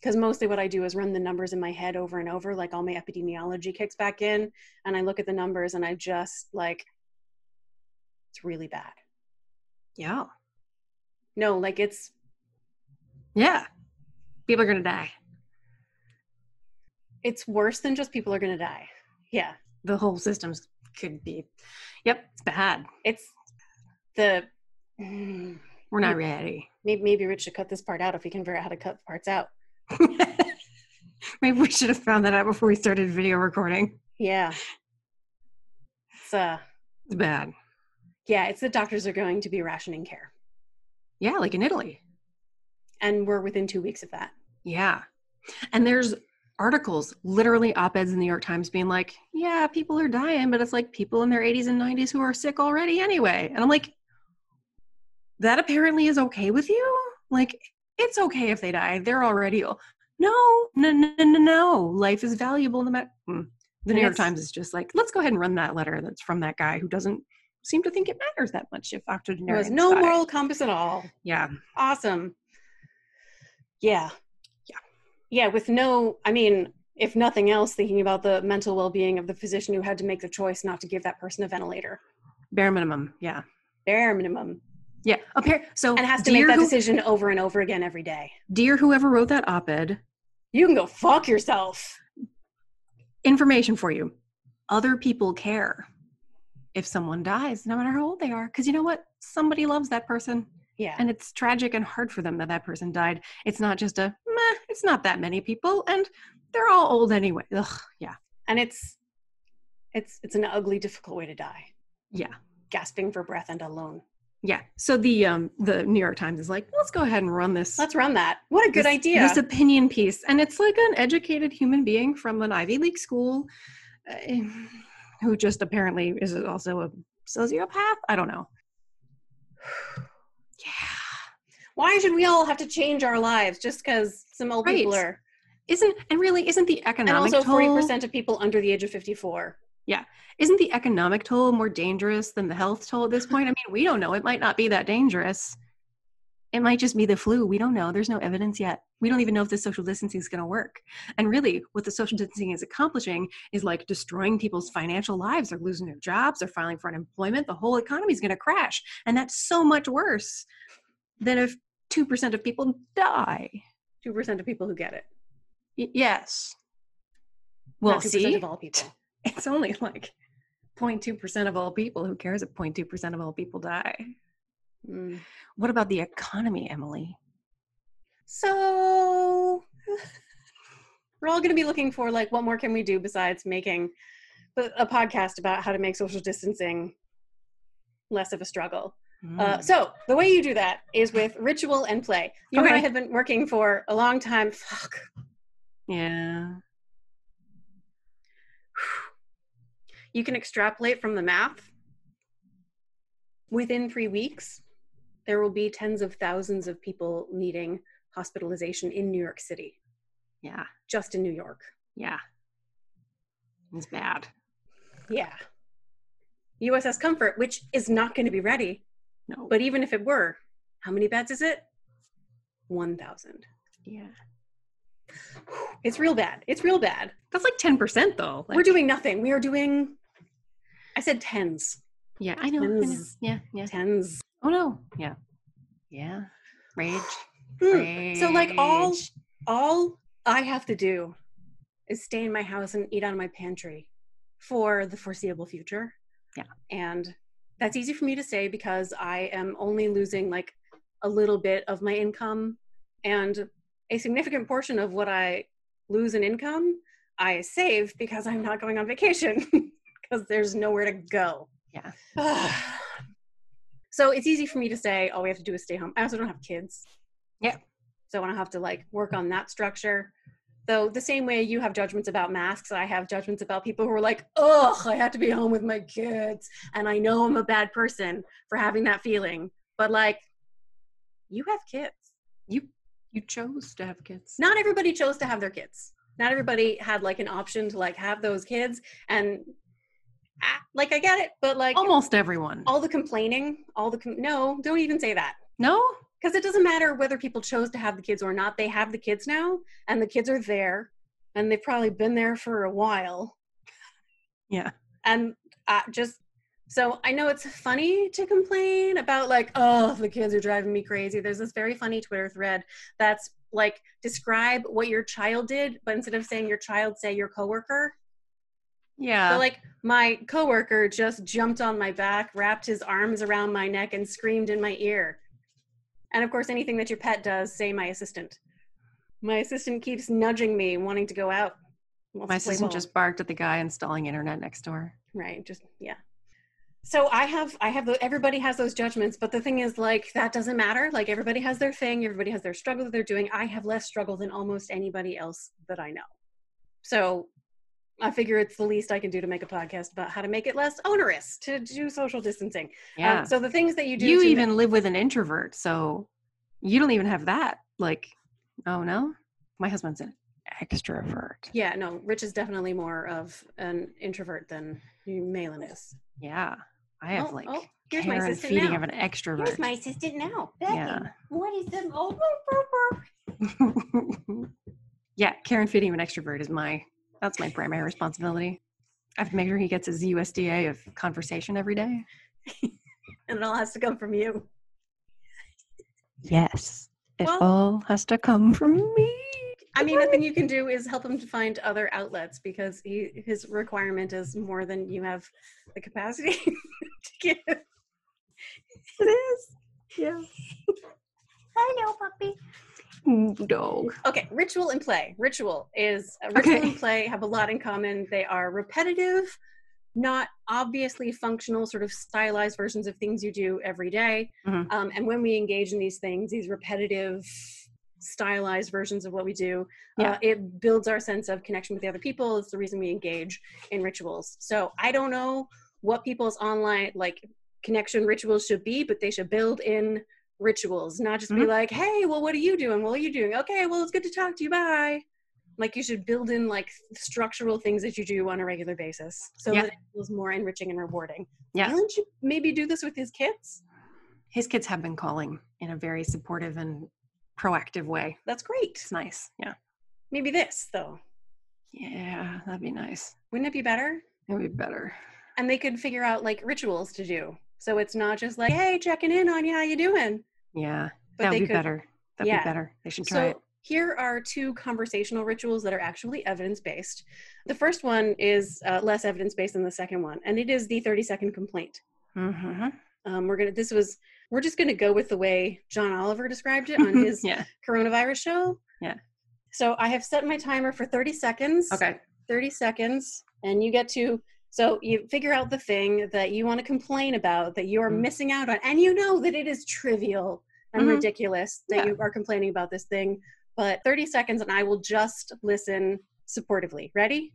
Speaker 2: Because mostly what I do is run the numbers in my head over and over. Like all my epidemiology kicks back in, and I look at the numbers and I just like, it's really bad.
Speaker 1: yeah
Speaker 2: No, like it's
Speaker 1: yeah people are gonna die
Speaker 2: it's worse than just people are gonna die. Yeah.
Speaker 1: the whole systems could be yep it's bad
Speaker 2: it's the Mm,
Speaker 1: we're not ready
Speaker 2: maybe maybe Rich should cut this part out if he can figure out how to cut parts out.
Speaker 1: maybe we should have found that out before we started video recording
Speaker 2: Yeah. It's uh
Speaker 1: it's bad
Speaker 2: yeah, it's the doctors are going to be rationing care.
Speaker 1: yeah like in italy
Speaker 2: And we're within two weeks of that.
Speaker 1: Yeah. And there's articles, literally op eds in the New York Times being like, yeah, people are dying, but it's like people in their 80s and 90s who are sick already anyway. And I'm like, that apparently is okay with you? Like, it's okay if they die. They're already ill. No, no, no, no, no. Life is valuable. No matter. Mm. The New
Speaker 2: And
Speaker 1: York
Speaker 2: it's-
Speaker 1: Times is just like, let's go ahead and run that letter that's from that guy who doesn't seem to think it matters that much if
Speaker 2: There
Speaker 1: octogenarians
Speaker 2: was no
Speaker 1: die.
Speaker 2: moral compass at all.
Speaker 1: Yeah,
Speaker 2: Awesome. Yeah.
Speaker 1: Yeah.
Speaker 2: Yeah, with no, I mean, if nothing else, thinking about the mental well being of the physician who had to make the choice not to give that person a ventilator.
Speaker 1: bare minimum. Yeah,
Speaker 2: Bare minimum.
Speaker 1: yeah. Appear- so
Speaker 2: And has to
Speaker 1: dear
Speaker 2: make that
Speaker 1: who-
Speaker 2: decision over and over again every day.
Speaker 1: dear whoever wrote that op-ed,
Speaker 2: You can go fuck yourself.
Speaker 1: information for you other people care if someone dies no matter how old they are because you know what somebody loves that person
Speaker 2: Yeah.
Speaker 1: and it's tragic and hard for them that that person died it's not just a meh, it's not that many people and they're all old anyway Ugh, yeah
Speaker 2: And it's it's it's an ugly, difficult way to die.
Speaker 1: yeah
Speaker 2: Gasping for breath and alone.
Speaker 1: yeah so the um the new york times is like let's go ahead and run this
Speaker 2: Let's run that. What a good
Speaker 1: this-
Speaker 2: idea.
Speaker 1: This opinion piece, and it's like an educated human being from an Ivy League school, uh, who just apparently is also a sociopath. I don't know. Yeah,
Speaker 2: Why should we all have to change our lives just because some old people
Speaker 1: Right.
Speaker 2: are
Speaker 1: isn't and really isn't the
Speaker 2: and
Speaker 1: economic
Speaker 2: also forty
Speaker 1: toll
Speaker 2: percent of people under the age of fifty four.
Speaker 1: isn't the economic toll more dangerous than the health toll at this point? I mean, we don't know. It might not be that dangerous. It might just be the flu. We don't know. There's no evidence yet. We don't even know if the social distancing is going to work. And really, what the social distancing is accomplishing is like destroying people's financial lives. They're losing their jobs. They're filing for unemployment. The whole economy is going to crash. And that's so much worse than if 2% of people die.
Speaker 2: Two percent of people who get it.
Speaker 1: Y- yes.
Speaker 2: Not
Speaker 1: Well,
Speaker 2: 2%
Speaker 1: see,
Speaker 2: of all people.
Speaker 1: it's only like 0.2% of all people. Who cares if 0.2% of all people die?
Speaker 2: Mm.
Speaker 1: What about the economy, Emily?
Speaker 2: So we're all going to be looking for like, what more can we do besides making b- a podcast about how to make social distancing less of a struggle?
Speaker 1: Mm. Hmm.
Speaker 2: Uh, so the way you do that is with ritual and play. You and I
Speaker 1: Okay.
Speaker 2: have been working for a long time. Fuck.
Speaker 1: yeah.
Speaker 2: You can extrapolate from the math. Within three weeks, there will be tens of thousands of people needing hospitalization in New York City,
Speaker 1: Yeah.
Speaker 2: just in New York.
Speaker 1: Yeah. It's bad.
Speaker 2: Yeah. USS Comfort, which is not going to be ready,
Speaker 1: No.
Speaker 2: but even if it were, how many beds is it? 1,000.
Speaker 1: yeah.
Speaker 2: It's real bad. It's real bad.
Speaker 1: That's like 10% though. Like,
Speaker 2: We're doing nothing. We are doing, I said tens.
Speaker 1: Yeah, I know. I know.
Speaker 2: Tens.
Speaker 1: Yeah. Yeah.
Speaker 2: Tens.
Speaker 1: Oh no. Yeah. Yeah. Rage.
Speaker 2: Mm.
Speaker 1: Mm-hmm.
Speaker 2: So, like, all-
Speaker 1: Rage.
Speaker 2: All I have to do is stay in my house and eat out of my pantry for the foreseeable future.
Speaker 1: Yeah.
Speaker 2: And that's easy for me to say because I am only losing like a little bit of my income and a significant portion of what I lose in income I save because I'm not going on vacation because there's nowhere to go.
Speaker 1: Yeah.
Speaker 2: so it's easy for me to say all we have to do is stay home. I also don't have kids.
Speaker 1: Yeah.
Speaker 2: So I want to have to like work on that structure. Though the same way you have judgments about masks, I have judgments about people who are like, ugh, I have to be home with my kids. And I know I'm a bad person for having that feeling. But like, you have kids
Speaker 1: You you chose to have kids.
Speaker 2: not everybody chose to have their kids not everybody had like an option to like have those kids and ah, like i get it but like
Speaker 1: Almost everyone.
Speaker 2: all the complaining all the com- no don't even say that
Speaker 1: no?
Speaker 2: because it doesn't matter whether people chose to have the kids or not they have the kids now and the kids are there and they've probably been there for a while
Speaker 1: Yeah.
Speaker 2: and uh, just so I know it's funny to complain about like, oh, the kids are driving me crazy. There's this very funny Twitter thread that's like, describe what your child did, but instead of saying your child, say your coworker.
Speaker 1: Yeah.
Speaker 2: so like, my coworker just jumped on my back, wrapped his arms around my neck, and screamed in my ear. And of course, anything that your pet does, say my assistant. My assistant keeps nudging me, wanting to go out. Wants
Speaker 1: My
Speaker 2: to play
Speaker 1: assistant
Speaker 2: ball.
Speaker 1: Oh, just barked at the guy installing internet next door.
Speaker 2: Right. Just yeah. so i have i have the, everybody has those judgments but the thing is like that doesn't matter like everybody has their thing everybody has their struggle that they're doing i have less struggle than almost anybody else that i know so i figure it's the least i can do to make a podcast about how to make it less onerous to do social distancing
Speaker 1: Yeah.
Speaker 2: Um, so the things that you do
Speaker 1: you
Speaker 2: to
Speaker 1: even live with an introvert, so you don't even have that. Like, oh no, my husband's an extrovert.
Speaker 2: Yeah, no, Rich is definitely more of an introvert than Malin is.
Speaker 1: Yeah, I have
Speaker 2: Oh,
Speaker 1: like
Speaker 2: oh, here's my
Speaker 1: care and
Speaker 2: assistant
Speaker 1: feeding
Speaker 2: now.
Speaker 1: of an extrovert.
Speaker 2: Here's my assistant now.
Speaker 1: yeah,
Speaker 2: What is the old
Speaker 1: yeah, care and feeding of an extrovert is my that's my primary responsibility. I have to make sure he gets his USDA of conversation every day.
Speaker 2: And it all has to come from you.
Speaker 1: Yes, it
Speaker 2: Well-
Speaker 1: all has to come from me.
Speaker 2: I mean, the thing you can do is help him to find other outlets because he, his requirement is more than you have the capacity to give.
Speaker 1: It is. Yeah.
Speaker 2: Hello, puppy.
Speaker 1: Mm, Dog.
Speaker 2: Okay, ritual and play. Ritual is uh, ritual
Speaker 1: Okay.
Speaker 2: and play have a lot in common. They are repetitive, not obviously functional, sort of stylized versions of things you do every day.
Speaker 1: Mhm.
Speaker 2: Um, and when we engage in these things, these repetitive, stylized versions of what we do, uh,
Speaker 1: Yeah.
Speaker 2: it builds our sense of connection with the other people. It's the reason we engage in rituals. So I don't know what people's online like connection rituals should be, but they should build in rituals, not just be
Speaker 1: Mhm.
Speaker 2: like, hey, well, what are you doing? What are you doing? Okay, well, it's good to talk to you. Bye. Like you should build in like structural things that you do on a regular basis so
Speaker 1: Yeah.
Speaker 2: that it feels more enriching and rewarding.
Speaker 1: Yeah.
Speaker 2: Alan should maybe do this with his kids.
Speaker 1: His kids have been calling in a very supportive and proactive way.
Speaker 2: That's great.
Speaker 1: It's nice. Yeah.
Speaker 2: Maybe this though.
Speaker 1: Yeah, that'd be nice.
Speaker 2: Wouldn't it be better?
Speaker 1: It'd be better.
Speaker 2: And they could figure out like rituals to do. So it's not just like, hey, checking in on you, how you doing?
Speaker 1: Yeah,
Speaker 2: But
Speaker 1: that
Speaker 2: they
Speaker 1: would be
Speaker 2: could
Speaker 1: better. That'd
Speaker 2: yeah.
Speaker 1: be better. They should try
Speaker 2: So
Speaker 1: it.
Speaker 2: here are two conversational rituals that are actually evidence based. The first one is uh, less evidence based than the second one, and it is the 30 second complaint.
Speaker 1: hmm
Speaker 2: Um, we're gonna. This was. We're just gonna go with the way John Oliver described it on his
Speaker 1: yeah.
Speaker 2: coronavirus show.
Speaker 1: Yeah.
Speaker 2: So I have set my timer for 30 seconds.
Speaker 1: Okay.
Speaker 2: 30 seconds, and you get to. So you figure out the thing that you want to complain about that you are
Speaker 1: Mm.
Speaker 2: missing out on, and you know that it is trivial and
Speaker 1: Mhm.
Speaker 2: ridiculous that
Speaker 1: Yeah.
Speaker 2: you are complaining about this thing. But 30 seconds, and I will just listen supportively. Ready?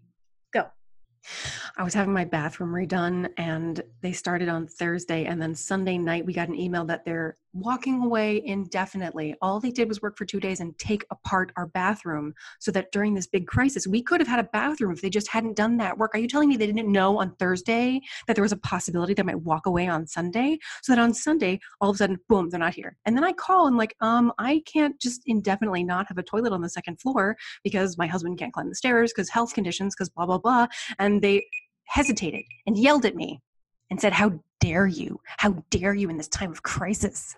Speaker 1: I was having my bathroom redone, and they started on Thursday, and then Sunday night we got an email that they're walking away indefinitely. All they did was work for two days and take apart our bathroom, so that during this big crisis we could have had a bathroom if they just hadn't done that work. Are you telling me they didn't know on Thursday that there was a possibility they might walk away on Sunday? So that on Sunday, all of a sudden, boom, they're not here. And then I call and like, um, I can't just indefinitely not have a toilet on the second floor because my husband can't climb the stairs because health conditions, because blah blah blah. And they hesitated and yelled at me and said, How dare you? How dare you in this time of crisis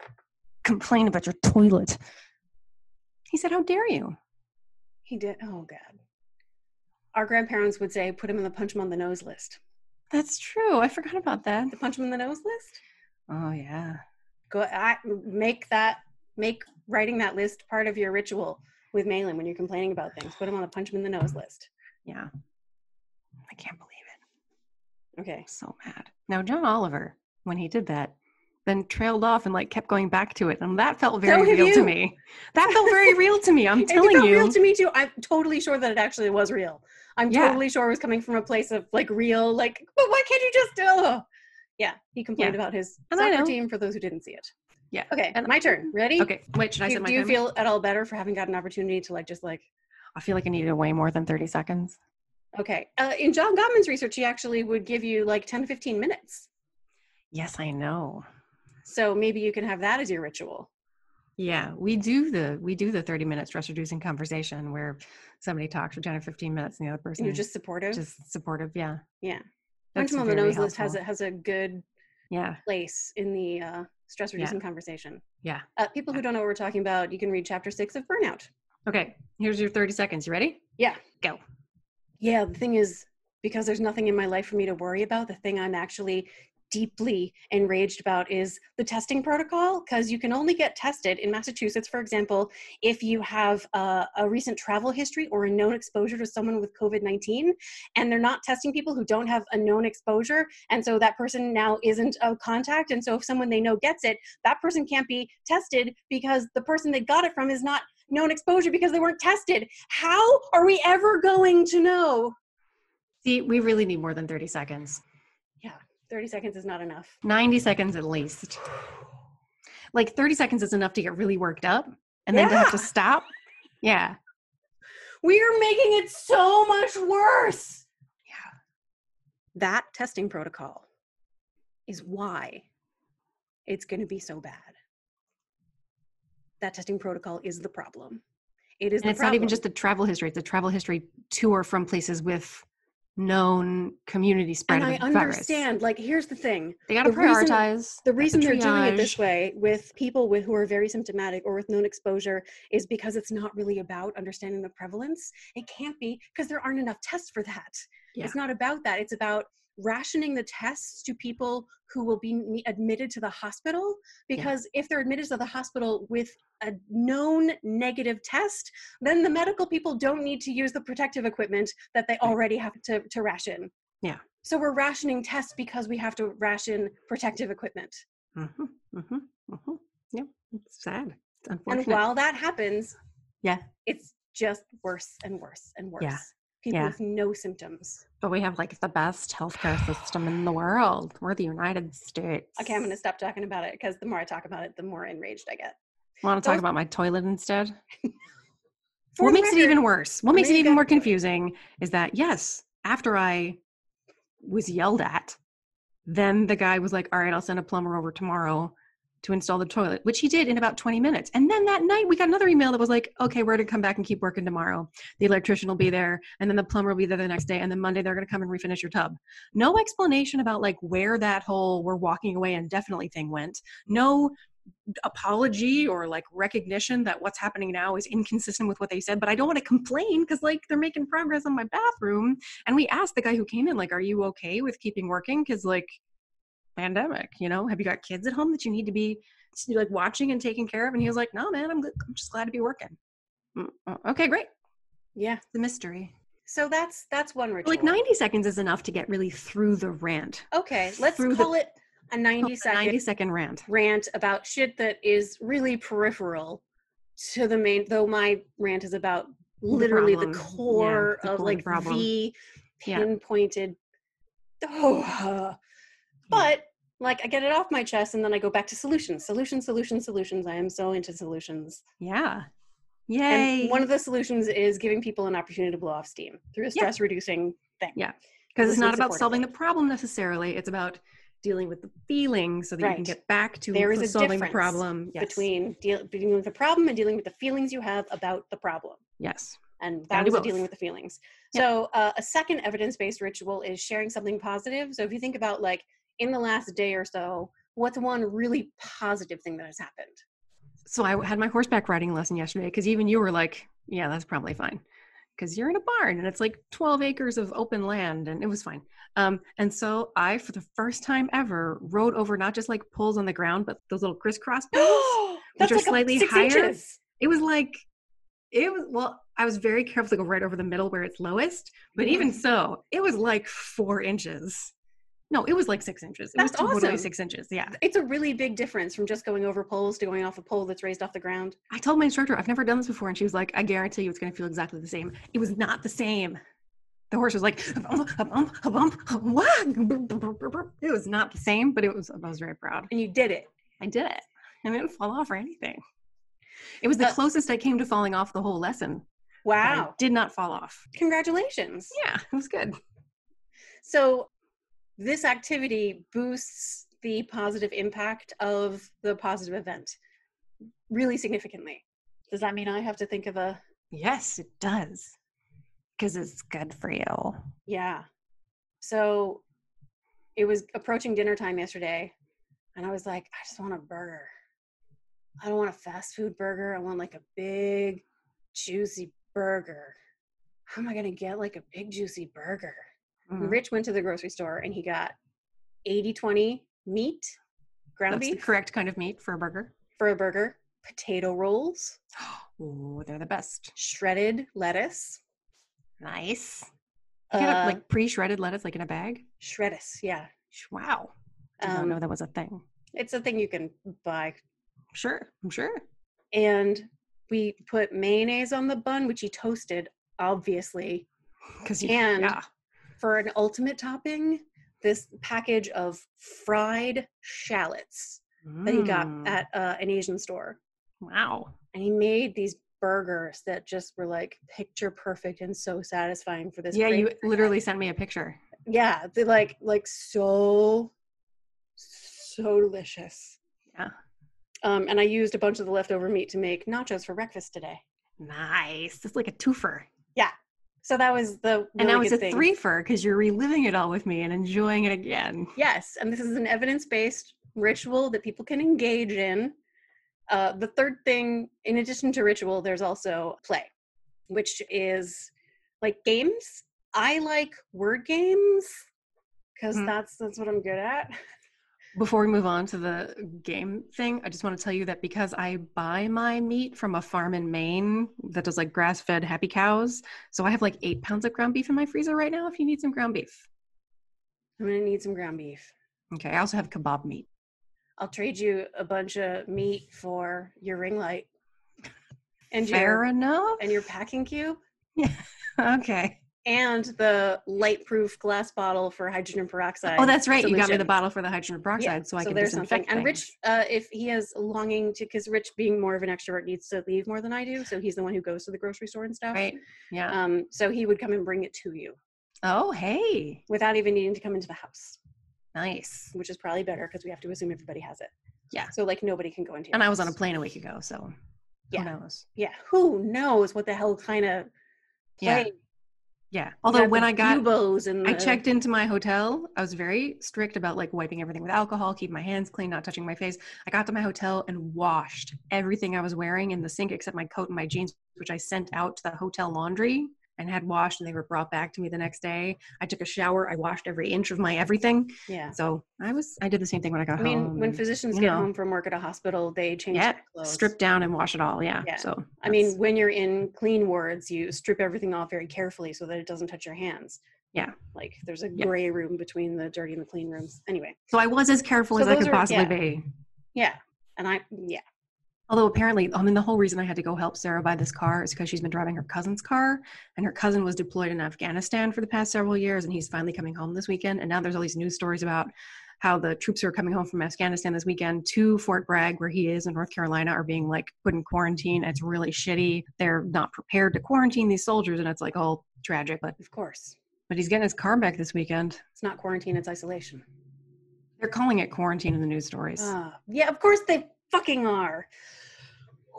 Speaker 1: complain about your toilet? He said, How dare you?
Speaker 2: He did. Oh God. Our grandparents would say, "Put him in the punch him on the nose list."
Speaker 1: That's true. I forgot about that.
Speaker 2: The punch him in the nose list.
Speaker 1: Oh, yeah.
Speaker 2: go I, make that make writing that list part of your ritual with Malin when you're complaining about things. Put him on a punch him in the nose list.
Speaker 1: Yeah. I can't believe it.
Speaker 2: Okay.
Speaker 1: I'm so mad. Now, John Oliver, when he did that, then trailed off and like kept going back to it. And that felt very
Speaker 2: have
Speaker 1: real to
Speaker 2: you.
Speaker 1: me. That felt very real to me. I'm
Speaker 2: It
Speaker 1: telling
Speaker 2: felt
Speaker 1: you.
Speaker 2: real to me too. I'm totally sure that it actually was real. I'm
Speaker 1: Yeah.
Speaker 2: totally sure it was coming from a place of like real, like, but why can't you just do? Yeah, he complained about his
Speaker 1: And I
Speaker 2: soccer
Speaker 1: know.
Speaker 2: team. For those who didn't see it.
Speaker 1: Yeah.
Speaker 2: Okay,
Speaker 1: And-
Speaker 2: my turn. Ready?
Speaker 1: okay. Wait, should I
Speaker 2: Do,
Speaker 1: set my
Speaker 2: do you
Speaker 1: timer?
Speaker 2: feel at all better for having got an opportunity to like just like
Speaker 1: I feel like I needed way more than 30 seconds.
Speaker 2: okay? Uh, in John Gottman's research, he actually would give you like 10 to 15 minutes.
Speaker 1: Yes, I know.
Speaker 2: So maybe you can have that as your ritual.
Speaker 1: Yeah, we do the we do the 30 minute stress reducing conversation where somebody talks for 10 or 15 minutes and the other person
Speaker 2: And you're just supportive.
Speaker 1: just supportive. Yeah.
Speaker 2: Yeah.
Speaker 1: That's
Speaker 2: Quantum on the
Speaker 1: very
Speaker 2: nose list has a
Speaker 1: helpful.
Speaker 2: has a good
Speaker 1: Yeah.
Speaker 2: place in the uh, stress
Speaker 1: Yeah.
Speaker 2: reducing conversation.
Speaker 1: Yeah.
Speaker 2: Uh, people who don't know what we're talking about, you can read chapter six of Burnout.
Speaker 1: Okay. Here's your 30 seconds. You ready?
Speaker 2: Yeah.
Speaker 1: Go.
Speaker 2: Yeah, the thing is, because there's nothing in my life for me to worry about, the thing I'm actually deeply enraged about is the testing protocol because you can only get tested in Massachusetts, for example, if you have a, a recent travel history or a known exposure to someone with COVID 19. And they're not testing people who don't have a known exposure. And so that person now isn't a contact. And so if someone they know gets it, that person can't be tested because the person they got it from is not known exposure because they weren't tested. How are we ever going to know?
Speaker 1: See, we really need more than 30 seconds.
Speaker 2: Yeah, 30 seconds is not enough.
Speaker 1: 90 seconds at least. Like 30 seconds is enough to get really worked up and then to have to
Speaker 2: Yeah.
Speaker 1: stop. Yeah.
Speaker 2: We are making it so much worse. Yeah. That testing protocol is why it's going to be so bad. That testing protocol is the problem. It is
Speaker 1: And
Speaker 2: the
Speaker 1: it's not even
Speaker 2: problem.
Speaker 1: just the travel history, it's the travel history to or from places with known community spread
Speaker 2: and I
Speaker 1: of the virus.
Speaker 2: understand. Like, here's the thing:
Speaker 1: They got to
Speaker 2: The reason-
Speaker 1: prioritize.
Speaker 2: the reason they're doing it
Speaker 1: triage.
Speaker 2: this way with people with who are very symptomatic or with known exposure is because it's not really about understanding the prevalence. It can't be because there aren't enough tests for that.
Speaker 1: Yeah.
Speaker 2: It's not about that. It's about rationing the tests to people who will be ne- admitted to the hospital because if they're admitted to the hospital with a known negative test then the medical people don't need to use the protective equipment that they
Speaker 1: Right.
Speaker 2: already have to, to ration
Speaker 1: Yeah.
Speaker 2: so we're rationing tests because we have to ration protective equipment
Speaker 1: Mm-hmm, mm-hmm, mm-hmm. Yep. It's sad. It's
Speaker 2: And
Speaker 1: unfortunate.
Speaker 2: while that happens,
Speaker 1: Yeah.
Speaker 2: it's just worse and worse and worse. People
Speaker 1: Yeah.
Speaker 2: with no symptoms.
Speaker 1: but we have like the best healthcare system in the world. We're the United States.
Speaker 2: Okay, I'm going to stop talking about it because the more I talk about it, the more enraged I get.
Speaker 1: Want to talk
Speaker 2: Those-
Speaker 1: about my toilet instead?
Speaker 2: For
Speaker 1: what
Speaker 2: the
Speaker 1: makes it
Speaker 2: record-
Speaker 1: even worse what
Speaker 2: I
Speaker 1: makes it
Speaker 2: mean,
Speaker 1: even
Speaker 2: that-
Speaker 1: more confusing is that yes after i was yelled at then the guy was like all right i'll send a plumber over tomorrow to install the toilet which he did in about 20 minutes and then that night we got another email that was like okay we're going to come back and keep working tomorrow the electrician will be there and then the plumber will be there the next day and then monday they're going to come and refinish your tub no explanation about like where that whole we're walking away indefinitely thing went no apology or like recognition that what's happening now is inconsistent with what they said but i don't want to complain because like they're making progress on my bathroom and we asked the guy who came in like are you okay with keeping working because like pandemic you know have you got kids at home that you need to be like watching and taking care of and he was like no man i'm, good. I'm just glad to be working Mm, oh, okay great
Speaker 2: Yeah.
Speaker 1: the mystery
Speaker 2: So that's that's one ritual.
Speaker 1: like 90 seconds is enough to get really through the rant
Speaker 2: Okay, let's
Speaker 1: through the- Oh,
Speaker 2: call it a 90
Speaker 1: A
Speaker 2: second
Speaker 1: 90 second rant
Speaker 2: rant about shit that is really peripheral to the main though my rant is about literally the,
Speaker 1: problem. Yeah,
Speaker 2: core
Speaker 1: the core
Speaker 2: of
Speaker 1: of the
Speaker 2: like
Speaker 1: problem.
Speaker 2: the
Speaker 1: Yeah.
Speaker 2: pinpointed oh, but like i get it off my chest and then i go back to solutions solutions solutions solutions i am so into solutions
Speaker 1: yeah yay
Speaker 2: and one of the solutions is giving people an opportunity to blow off steam through a
Speaker 1: Yeah.
Speaker 2: stress reducing thing
Speaker 1: Yeah. because it's
Speaker 2: Listen
Speaker 1: not about
Speaker 2: supportively.
Speaker 1: solving the problem necessarily it's about dealing with the feeling so that you can
Speaker 2: Right.
Speaker 1: get back to
Speaker 2: There is a
Speaker 1: solving the
Speaker 2: difference
Speaker 1: problem yes.
Speaker 2: between deal, dealing with the problem and dealing with the feelings you have about the problem
Speaker 1: yes Gotta
Speaker 2: and that
Speaker 1: do
Speaker 2: was a
Speaker 1: both.
Speaker 2: dealing with the feelings.
Speaker 1: Yep.
Speaker 2: So uh, a second evidence-based ritual is sharing something positive. So if you think about like in the last day or so, what's one really positive thing that has happened?
Speaker 1: so i had my horseback riding lesson yesterday because even you were like yeah that's probably fine because you're in a barn and it's like 12 acres of open land and it was fine um, and so i for the first time ever rode over not just like poles on the ground but those little crisscross poles
Speaker 2: That's
Speaker 1: are
Speaker 2: like
Speaker 1: slightly
Speaker 2: a, six
Speaker 1: higher.
Speaker 2: inches.
Speaker 1: it was like it was well i was very careful to go right over the middle where it's lowest but even so it was like four inches no it was like six inches it was
Speaker 2: That's
Speaker 1: totally
Speaker 2: awesome.
Speaker 1: six inches yeah
Speaker 2: It's a really big difference from just going over poles to going off a pole that's raised off the ground.
Speaker 1: i told my instructor i've never done this before and she was like i guarantee you it's going to feel exactly the same it was not the same the horse was like "Hum, hum, hum, hum, hum, wah." it was not the same but it was i was very proud
Speaker 2: And you did it.
Speaker 1: i did it and it didn't fall off or anything it was the
Speaker 2: Uh,
Speaker 1: closest i came to falling off the whole lesson but I
Speaker 2: Wow.
Speaker 1: did not fall off
Speaker 2: Congratulations.
Speaker 1: yeah it was good
Speaker 2: So this activity boosts the positive impact of the positive event really significantly. Does that mean I have to think of a
Speaker 1: Yes, it does. Because it's good for you.
Speaker 2: yeah. So it was approaching dinner time yesterday and I was like, I just want a burger. I don't want a fast food burger. I want like a big juicy burger.
Speaker 1: Mm-hmm.
Speaker 2: How am I gonna get like a big juicy burger? Rich went to the grocery store and he got 80 20 meat, ground
Speaker 1: That's the
Speaker 2: beef
Speaker 1: correct kind of meat for a burger.
Speaker 2: for a burger, potato rolls,
Speaker 1: Oh, they're the best.
Speaker 2: shredded lettuce.
Speaker 1: Nice. Get a,
Speaker 2: uh,
Speaker 1: like pre-shredded lettuce, like in a bag.
Speaker 2: shreddis, yeah.
Speaker 1: Sh- Wow. I did not
Speaker 2: Um,
Speaker 1: know that was a thing.
Speaker 2: It's a thing you can buy.
Speaker 1: Sure, I'm sure.
Speaker 2: And we put mayonnaise on the bun, which he toasted, obviously.
Speaker 1: Because you,
Speaker 2: And-
Speaker 1: yeah,
Speaker 2: For an ultimate topping, this package of fried shallots that he got
Speaker 1: Mm,
Speaker 2: at uh, an Asian store.
Speaker 1: Wow.
Speaker 2: And he made these burgers that just were like picture perfect and so satisfying for this.
Speaker 1: Yeah,
Speaker 2: great-
Speaker 1: you literally sent me a picture.
Speaker 2: yeah, they're like like so so delicious.
Speaker 1: Yeah.
Speaker 2: Um, and I used a bunch of the leftover meat to make nachos for breakfast today.
Speaker 1: Nice. It's like a twofer.
Speaker 2: So that was the
Speaker 1: and
Speaker 2: really
Speaker 1: now it's
Speaker 2: good
Speaker 1: a
Speaker 2: thing.
Speaker 1: threefer because you're reliving it all with me and enjoying it again.
Speaker 2: Yes, and this is an evidence-based ritual that people can engage in. Uh, the third thing, in addition to ritual, there's also play, which is like games. I like word games because
Speaker 1: Mhm.
Speaker 2: that's that's what I'm good at.
Speaker 1: Before we move on to the game thing, I just want to tell you that because I buy my meat from a farm in Maine that does like grass fed happy cows, so I have like eight pounds of ground beef in my freezer right now if you need some ground beef.
Speaker 2: I'm gonna need some ground beef.
Speaker 1: Okay, I also have kebab meat.
Speaker 2: I'll trade you a bunch of meat for your ring light and
Speaker 1: Fair
Speaker 2: your
Speaker 1: enough.
Speaker 2: and your packing cube
Speaker 1: Okay.
Speaker 2: and the light-proof glass bottle for hydrogen peroxide.
Speaker 1: Oh, that's right. You got me the
Speaker 2: solution.
Speaker 1: bottle for the hydrogen peroxide
Speaker 2: Yeah,
Speaker 1: so I can
Speaker 2: there's something.
Speaker 1: disinfect
Speaker 2: And
Speaker 1: things.
Speaker 2: Rich, uh, if he has longing to, because Rich, being more of an extrovert, needs to leave more than I do, so he's the one who goes to the grocery store and stuff.
Speaker 1: Right. Yeah.
Speaker 2: Um, so he would come and bring it to you
Speaker 1: oh, hey.
Speaker 2: without even needing to come into the house,
Speaker 1: Nice.
Speaker 2: which is probably better because we have to assume everybody has it.
Speaker 1: Yeah.
Speaker 2: So like nobody can go into. your
Speaker 1: And I was on a
Speaker 2: house.
Speaker 1: plane a week ago, so
Speaker 2: Yeah.
Speaker 1: who knows?
Speaker 2: Yeah. Who knows what the hell kind of
Speaker 1: Yeah.
Speaker 2: plane
Speaker 1: Yeah. Although when I got
Speaker 2: Cubos and
Speaker 1: I
Speaker 2: the-
Speaker 1: checked into my hotel. I was very strict about like wiping everything with alcohol, keeping my hands clean, not touching my face. I got to my hotel and washed everything I was wearing in the sink except my coat and my jeans, which I sent out to the hotel laundry and had washed and they were brought back to me the next day. I took a shower, I washed every inch of my everything.
Speaker 2: Yeah.
Speaker 1: So I was I did the same thing when I got
Speaker 2: I
Speaker 1: home.
Speaker 2: mean, when
Speaker 1: and
Speaker 2: physicians
Speaker 1: you
Speaker 2: get
Speaker 1: know.
Speaker 2: home from work at a hospital, they change
Speaker 1: Yeah,
Speaker 2: their clothes.
Speaker 1: strip down and wash it all. Yeah.
Speaker 2: Yeah.
Speaker 1: So
Speaker 2: I mean, when you're in clean wards, you strip everything off very carefully so that it doesn't touch your hands.
Speaker 1: Yeah.
Speaker 2: Like there's a
Speaker 1: Yeah.
Speaker 2: gray room between the dirty and the clean rooms. Anyway,
Speaker 1: so I was as careful
Speaker 2: So
Speaker 1: as I
Speaker 2: those
Speaker 1: could
Speaker 2: are-
Speaker 1: possibly
Speaker 2: yeah.
Speaker 1: be.
Speaker 2: yeah. And I, yeah.
Speaker 1: Although apparently, I mean, the whole reason I had to go help Sarah buy this car is because she's been driving her cousin's car, and her cousin was deployed in Afghanistan for the past several years, and he's finally coming home this weekend. And now there's all these news stories about how the troops who are coming home from Afghanistan this weekend to Fort Bragg, where he is in North Carolina, are being like put in quarantine. It's really shitty. They're not prepared to quarantine these soldiers, and it's like all tragic. But
Speaker 2: Of course.
Speaker 1: but he's getting his car back this weekend.
Speaker 2: It's not quarantine, it's isolation.
Speaker 1: They're calling it quarantine in the news stories.
Speaker 2: Ah, yeah, of course they fucking are.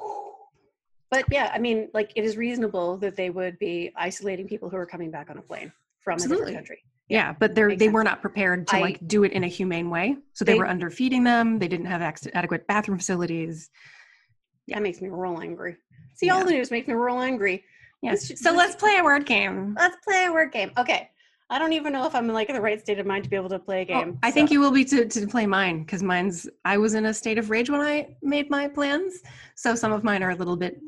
Speaker 2: But yeah, I mean, like it is reasonable that they would be isolating people who are coming back on a plane from a
Speaker 1: Absolutely.
Speaker 2: different country.
Speaker 1: Yeah, but they're
Speaker 2: Makes
Speaker 1: they were
Speaker 2: sense.
Speaker 1: not prepared to
Speaker 2: I-
Speaker 1: like do it in a humane way. So they,
Speaker 2: They-
Speaker 1: were underfeeding them. They didn't have ex- adequate bathroom facilities. Yeah.
Speaker 2: That makes me real angry. See,
Speaker 1: Yeah.
Speaker 2: all the news makes me real angry.
Speaker 1: Yeah.
Speaker 2: This should-
Speaker 1: So
Speaker 2: this
Speaker 1: let's
Speaker 2: should-
Speaker 1: play a word game.
Speaker 2: Let's play a word game. Okay. I don't even know if I'm in like in the right state of mind to be able to play a
Speaker 1: Oh,
Speaker 2: game.
Speaker 1: I think
Speaker 2: so-
Speaker 1: you will be to, to play mine because mine's I was in a state of rage when I made my plans. So some of mine are a little bit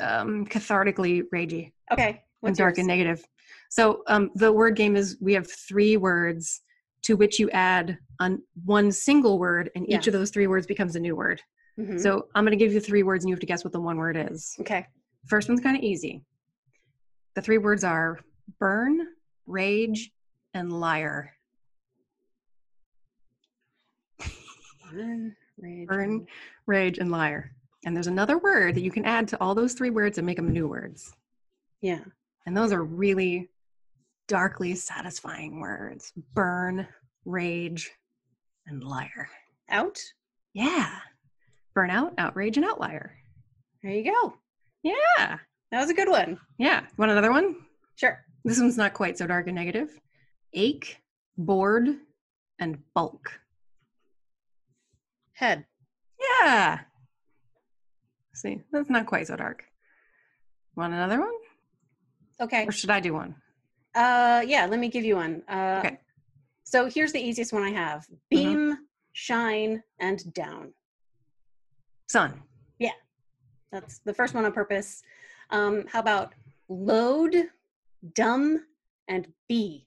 Speaker 1: um, cathartically ragey
Speaker 2: Okay.
Speaker 1: and
Speaker 2: What's
Speaker 1: dark
Speaker 2: yours?
Speaker 1: and negative. So um, the word game is we have three words to which you add on one single word, and each of
Speaker 2: Yeah.
Speaker 1: those three words becomes a new word.
Speaker 2: Mhm.
Speaker 1: So I'm going to give you three words, and you have to guess what the one word is.
Speaker 2: Okay.
Speaker 1: First one's kind of easy. The three words are burn, rage, and liar.
Speaker 2: Burn, rage,
Speaker 1: Burn, rage, and liar. And there's another word that you can add to all those three words and make them new words.
Speaker 2: Yeah.
Speaker 1: And those are really darkly satisfying words burn, rage, and liar.
Speaker 2: Out.
Speaker 1: Yeah. Burnout, outrage, and outlier.
Speaker 2: There you go.
Speaker 1: Yeah.
Speaker 2: That was a good one.
Speaker 1: Yeah. Want another one?
Speaker 2: Sure.
Speaker 1: This one's not quite so dark and negative. Ache, bored, and bulk.
Speaker 2: Head.
Speaker 1: Yeah. See, that's not quite so dark. Want another one?
Speaker 2: Okay.
Speaker 1: Or should I do one?
Speaker 2: Uh yeah, let me give you one. Uh
Speaker 1: Okay. Mm-hmm.
Speaker 2: So here's the easiest one I have beam, shine, and down.
Speaker 1: Sun.
Speaker 2: That's the first one on purpose. Um, how about load, dumb, and be?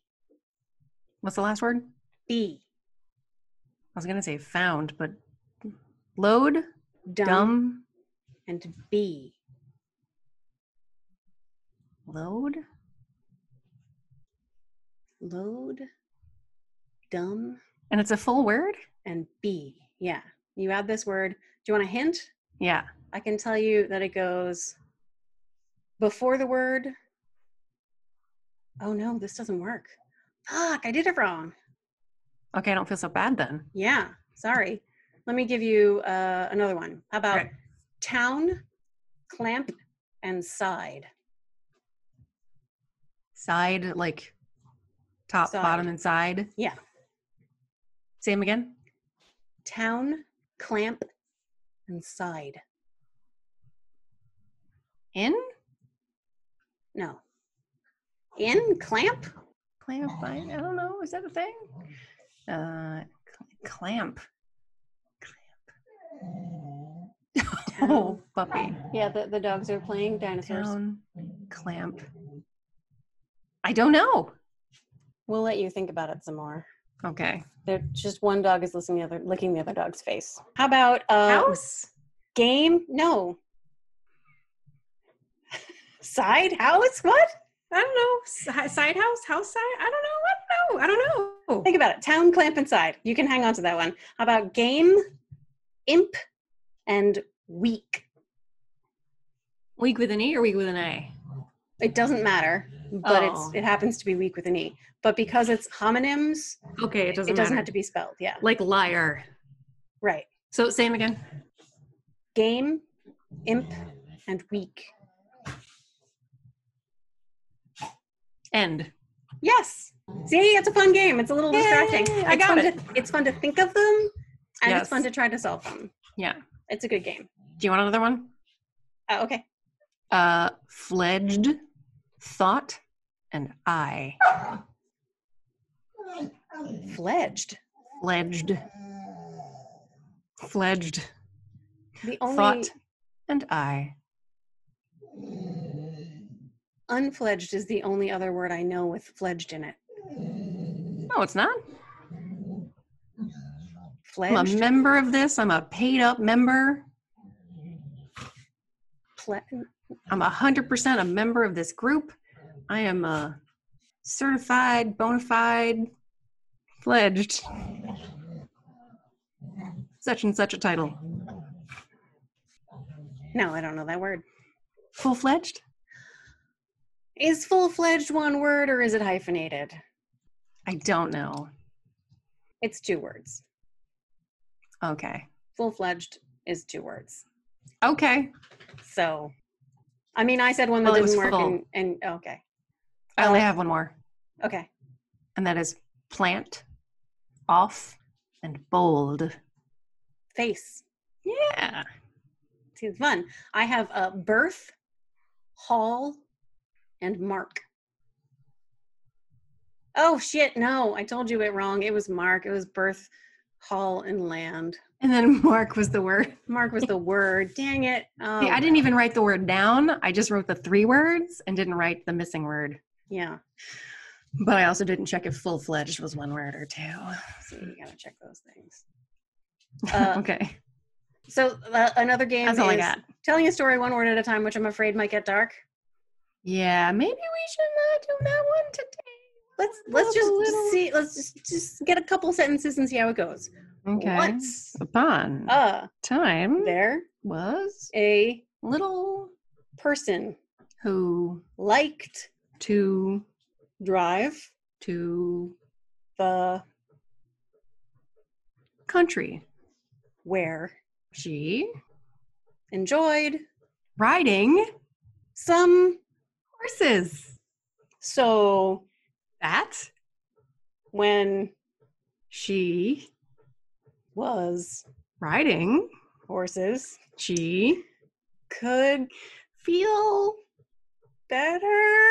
Speaker 1: What's the last word? I
Speaker 2: Be.
Speaker 1: was gonna say found, but load,
Speaker 2: Dumb,
Speaker 1: dumb,
Speaker 2: and be.
Speaker 1: load.
Speaker 2: Load, dumb,
Speaker 1: And it's a full word?
Speaker 2: and be. Yeah. You add this word. Do you want a hint?
Speaker 1: Yeah.
Speaker 2: I can tell you that it goes before the word. Oh no, this doesn't work. Fuck, I did it wrong.
Speaker 1: Okay, I don't feel so bad then.
Speaker 2: Yeah, sorry. Let me give you uh, another one. How about
Speaker 1: Okay.
Speaker 2: town, clamp, and side?
Speaker 1: Side, like top,
Speaker 2: Side.
Speaker 1: bottom, and side.
Speaker 2: Yeah.
Speaker 1: Same again?
Speaker 2: Town, clamp, and side.
Speaker 1: In?
Speaker 2: No. In, clamp?
Speaker 1: Clamp. I, I don't know. Is that a thing? Uh, cl- clamp. Clamp. Oh, puppy.
Speaker 2: Yeah, the, the dogs are playing dinosaurs.
Speaker 1: Down. Clamp. I don't know.
Speaker 2: We'll let you think about it some more.
Speaker 1: Okay.
Speaker 2: They're just one dog is listening the other, licking the other dog's face. How about uh,
Speaker 1: House.
Speaker 2: game? No. side house? What?
Speaker 1: I don't know. Si- Side house, house side. I don't know. I don't know. I don't know.
Speaker 2: Think about it. Town clamp inside. You can hang on to that one. How about game, imp, and weak?
Speaker 1: Week with an E or week with an A?
Speaker 2: It doesn't matter, but
Speaker 1: Oh.
Speaker 2: it's it happens to be weak with an e. But because it's homonyms,
Speaker 1: Okay, it doesn't.
Speaker 2: it doesn't
Speaker 1: matter.
Speaker 2: have to be spelled. Yeah,
Speaker 1: like liar.
Speaker 2: right.
Speaker 1: So same again.
Speaker 2: Game, imp, and weak.
Speaker 1: End.
Speaker 2: Yes. See, it's a fun game. It's a little
Speaker 1: Yay,
Speaker 2: distracting.
Speaker 1: I
Speaker 2: It's
Speaker 1: got
Speaker 2: fun
Speaker 1: it.
Speaker 2: To, it's fun to think of them, and
Speaker 1: Yes.
Speaker 2: it's fun to try to solve them.
Speaker 1: Yeah.
Speaker 2: It's a good game.
Speaker 1: Do you want another one?
Speaker 2: Uh, okay.
Speaker 1: Uh, fledged, thought, and I.
Speaker 2: Fledged.
Speaker 1: Fledged. Fledged,
Speaker 2: The only
Speaker 1: thought, and I.
Speaker 2: unfledged is the only other word I know with fledged in it.
Speaker 1: No, it's not. I'm a
Speaker 2: Fledged.
Speaker 1: member of this. I'm a paid up member.
Speaker 2: Ple-
Speaker 1: I'm a hundred percent a member of this group. I am a certified, bona fide, fledged, such and such a title.
Speaker 2: no, I don't know that word.
Speaker 1: Full fledged?
Speaker 2: Is full fledged one word or is it hyphenated?
Speaker 1: I don't know.
Speaker 2: It's two words.
Speaker 1: Okay.
Speaker 2: Full fledged is two words.
Speaker 1: Okay.
Speaker 2: So, I mean, I said one that
Speaker 1: Well, it was
Speaker 2: didn't work,
Speaker 1: full.
Speaker 2: and, and oh, okay,
Speaker 1: I only have one more,
Speaker 2: okay.
Speaker 1: and that is plant, off, and bold.
Speaker 2: Face.
Speaker 1: Yeah.
Speaker 2: See, it's fun. I have a birth, hall, and mark. Oh shit! No, I told you it wrong. It was mark. It was birth, hall, and land.
Speaker 1: And then mark was the word.
Speaker 2: Mark was the word. Dang it! Oh,
Speaker 1: See, I didn't even write the word down. I just wrote the three words and didn't write the missing word.
Speaker 2: Yeah.
Speaker 1: But I also didn't check if full fledged was one word or two.
Speaker 2: See, you gotta check those things. Uh,
Speaker 1: okay.
Speaker 2: So uh, another game
Speaker 1: That's
Speaker 2: is
Speaker 1: all I got.
Speaker 2: telling a story one word at a time, which I'm afraid might get dark.
Speaker 1: Yeah, maybe we should not do that one today.
Speaker 2: Let's let's
Speaker 1: Up a
Speaker 2: just
Speaker 1: little.
Speaker 2: see. Let's just just get a couple sentences and see how it goes.
Speaker 1: Okay.
Speaker 2: Once
Speaker 1: Upon
Speaker 2: uh,
Speaker 1: time
Speaker 2: there
Speaker 1: was
Speaker 2: a
Speaker 1: little
Speaker 2: person
Speaker 1: who
Speaker 2: liked
Speaker 1: to
Speaker 2: drive
Speaker 1: to
Speaker 2: the
Speaker 1: country.
Speaker 2: where
Speaker 1: She
Speaker 2: enjoyed
Speaker 1: riding
Speaker 2: some
Speaker 1: horses.
Speaker 2: so
Speaker 1: That
Speaker 2: when
Speaker 1: she
Speaker 2: was
Speaker 1: riding.
Speaker 2: horses
Speaker 1: She
Speaker 2: could
Speaker 1: feel
Speaker 2: better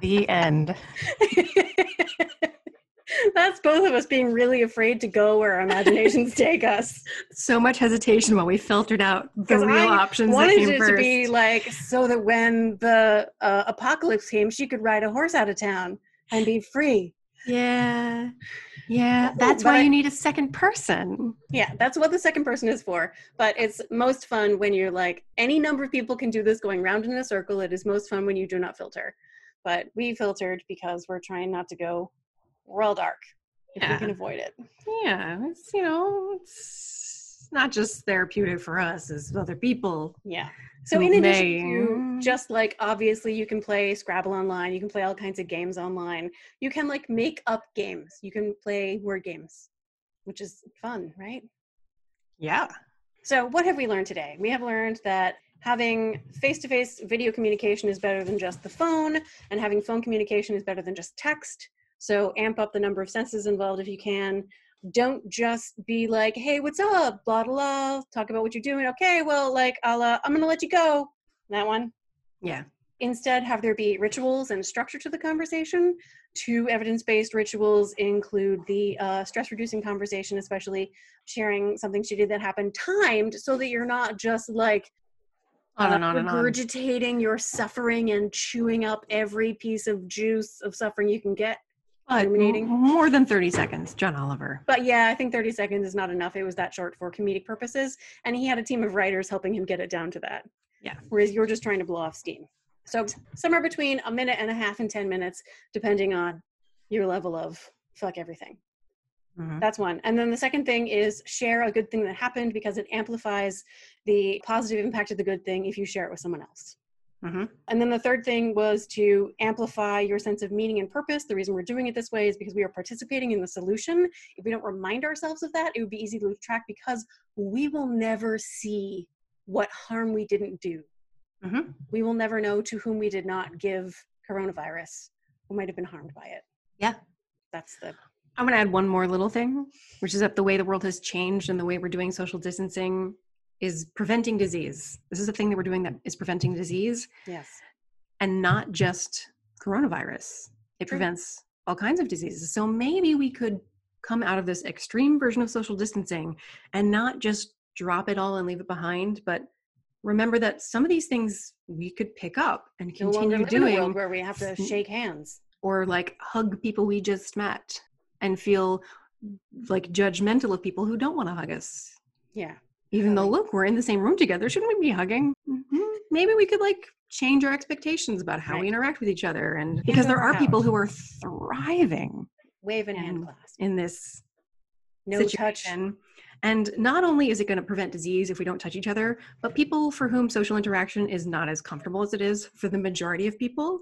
Speaker 1: The end.
Speaker 2: That's both of us being really afraid to go where our imaginations take us.
Speaker 1: So much hesitation while we filtered out the real
Speaker 2: I
Speaker 1: options that
Speaker 2: Wanted
Speaker 1: came
Speaker 2: it
Speaker 1: first.
Speaker 2: to be like so that when the uh, apocalypse came, she could ride a horse out of town and be free.
Speaker 1: yeah. Yeah. That's
Speaker 2: But
Speaker 1: why
Speaker 2: I-
Speaker 1: you need a second person.
Speaker 2: Yeah, that's what the second person is for. But it's most fun when you're like any number of people can do this going round in a circle. It is most fun when you do not filter. But we filtered because we're trying not to go real dark if we
Speaker 1: Yeah.
Speaker 2: can avoid it.
Speaker 1: Yeah. It's, you know, it's not just therapeutic for us, it's other people.
Speaker 2: Yeah. So
Speaker 1: who
Speaker 2: in addition
Speaker 1: may-
Speaker 2: to just like obviously you can play Scrabble online, you can play all kinds of games online. You can like make up games. You can play word games, which is fun, right?
Speaker 1: Yeah.
Speaker 2: So what have we learned today? We have learned that having face-to-face video communication is better than just the phone and having phone communication is better than just text. So amp up the number of senses involved if you can. Don't just be like, "Hey, what's up?" blah blah. blah. Talk about what you're doing. Okay, well, like, I'll, uh, I'm gonna let you go. That one
Speaker 1: Yeah.
Speaker 2: instead have there be rituals and structure to the conversation two evidence-based rituals include the uh, stress-reducing conversation especially sharing something she did that happened timed so that you're not just like
Speaker 1: On
Speaker 2: uh,
Speaker 1: and on and on.
Speaker 2: regurgitating your suffering and chewing up every piece of juice of suffering you can get
Speaker 1: But
Speaker 2: ruminating.
Speaker 1: m- more than 30 seconds, John Oliver.
Speaker 2: but yeah i think 30 seconds is not enough it was that short for comedic purposes and he had a team of writers helping him get it down to that
Speaker 1: Yeah.
Speaker 2: whereas you're just trying to blow off steam so somewhere between a minute and a half and 10 minutes depending on your level of fuck everything
Speaker 1: Mhm.
Speaker 2: that's one and then the second thing is share a good thing that happened because it amplifies the positive impact of the good thing if you share it with someone else
Speaker 1: Mhm.
Speaker 2: and then the third thing was to amplify your sense of meaning and purpose. The reason we're doing it this way is because we are participating in the solution. If we don't remind ourselves of that, it would be easy to lose track because we will never see what harm we didn't do.
Speaker 1: Mhm.
Speaker 2: We will never know to whom we did not give coronavirus, who might have been harmed by it.
Speaker 1: Yeah.
Speaker 2: That's the
Speaker 1: I'm going to add one more little thing, which is that the way the world has changed and the way we're doing social distancing is preventing disease. This is a thing that we're doing that is preventing disease
Speaker 2: yes. Mm-hmm.
Speaker 1: and not just coronavirus. It
Speaker 2: True.
Speaker 1: prevents all kinds of diseases. So maybe we could come out of this extreme version of social distancing and not just drop it all and leave it behind, but remember that some of these things we could pick up and
Speaker 2: No longer
Speaker 1: continue
Speaker 2: live in a world
Speaker 1: doing
Speaker 2: where we have to shake hands.
Speaker 1: or like hug people we just met and feel like judgmental of people who don't want to hug us.
Speaker 2: Yeah.
Speaker 1: Even though, look, we're in the same room together. Shouldn't we be hugging? Mhm. Maybe we could like change our expectations about how
Speaker 2: Right.
Speaker 1: we interact with each other. And
Speaker 2: Hand
Speaker 1: because there
Speaker 2: over
Speaker 1: are
Speaker 2: mouth.
Speaker 1: people who are thriving
Speaker 2: Wave and hand
Speaker 1: And
Speaker 2: clasp.
Speaker 1: in this
Speaker 2: No touch.
Speaker 1: situation. And not only is it going to prevent disease if we don't touch each other, but people for whom social interaction is not as comfortable as it is for the majority of people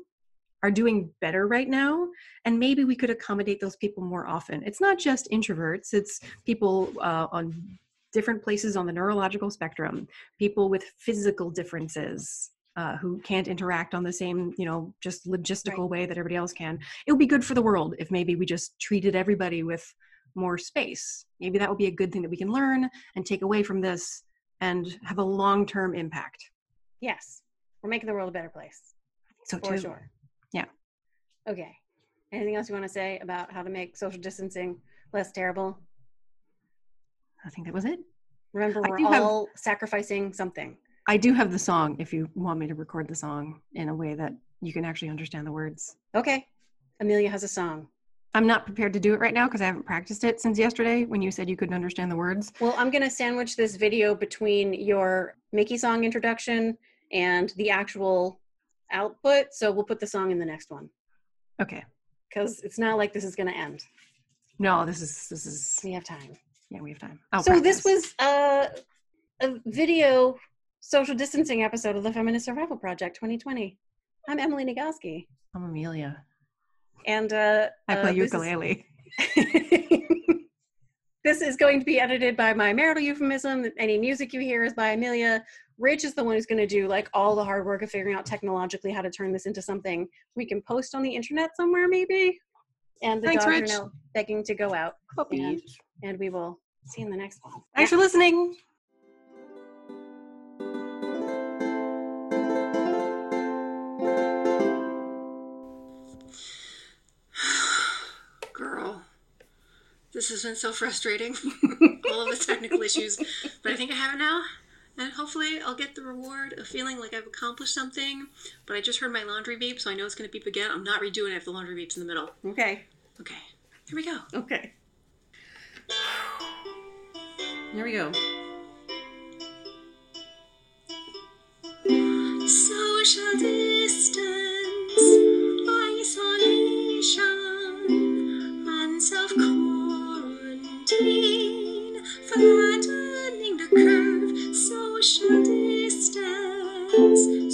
Speaker 1: are doing better right now. And maybe we could accommodate those people more often. It's not just introverts, it's people uh, on different places on the neurological spectrum, people with physical differences. Uh, who can't interact on the same, you know, just logistical way that everybody else can. It would be good for the world if maybe we just treated everybody with more space. Maybe that would be a good thing that we can learn and take away from this and have a long term impact.
Speaker 2: Yes. We're making the world a better place.
Speaker 1: So,
Speaker 2: For
Speaker 1: too.
Speaker 2: sure.
Speaker 1: Yeah.
Speaker 2: Okay. Anything else you want to say about how to make social distancing less terrible?
Speaker 1: I think that was it.
Speaker 2: Remember,
Speaker 1: I
Speaker 2: we're
Speaker 1: do have-
Speaker 2: all sacrificing something.
Speaker 1: I do have the song if you want me to record the song in a way that you can actually understand the words.
Speaker 2: Okay. Amelia has a song.
Speaker 1: I'm not prepared to do it right now because I haven't practiced it since yesterday when you said you couldn't understand the words.
Speaker 2: Well, I'm going to sandwich this video between your Mickey song introduction and the actual output. So we'll put the song in the next one
Speaker 1: Okay.
Speaker 2: because it's not like this is going to end.
Speaker 1: No, this is this is
Speaker 2: We have time.
Speaker 1: yeah, we have time. I'll
Speaker 2: so this
Speaker 1: Oh, practice.
Speaker 2: was uh, a video social distancing episode of the Feminist Survival Project 2020. I'm Emily Nagoski.
Speaker 1: I'm Amelia.
Speaker 2: And uh,
Speaker 1: I
Speaker 2: uh,
Speaker 1: play
Speaker 2: this is-
Speaker 1: ukulele.
Speaker 2: this is going to be edited by my marital euphemism. Any music you hear is by Amelia. Rich is the one who's going to do like all the hard work of figuring out technologically how to turn this into something we can post on the internet somewhere, maybe. And the
Speaker 1: Thanks,
Speaker 2: dogs
Speaker 1: Rich.
Speaker 2: are now begging to go out,
Speaker 1: Puppies.
Speaker 2: and we will see you in the next one.
Speaker 1: Thanks for listening.
Speaker 3: this has been so frustrating. All of the technical issues, but I think I have it now. And hopefully, I'll get the reward of feeling like I've accomplished something. But I just heard my laundry beep, so I know it's going to beep again. I'm not redoing it if the laundry beeps in the middle.
Speaker 4: Okay.
Speaker 3: Okay, here we go.
Speaker 4: Okay. There we go.
Speaker 3: Social distance, isolation, and self quarantine, flattening the curve. Social distance, Uh-huh.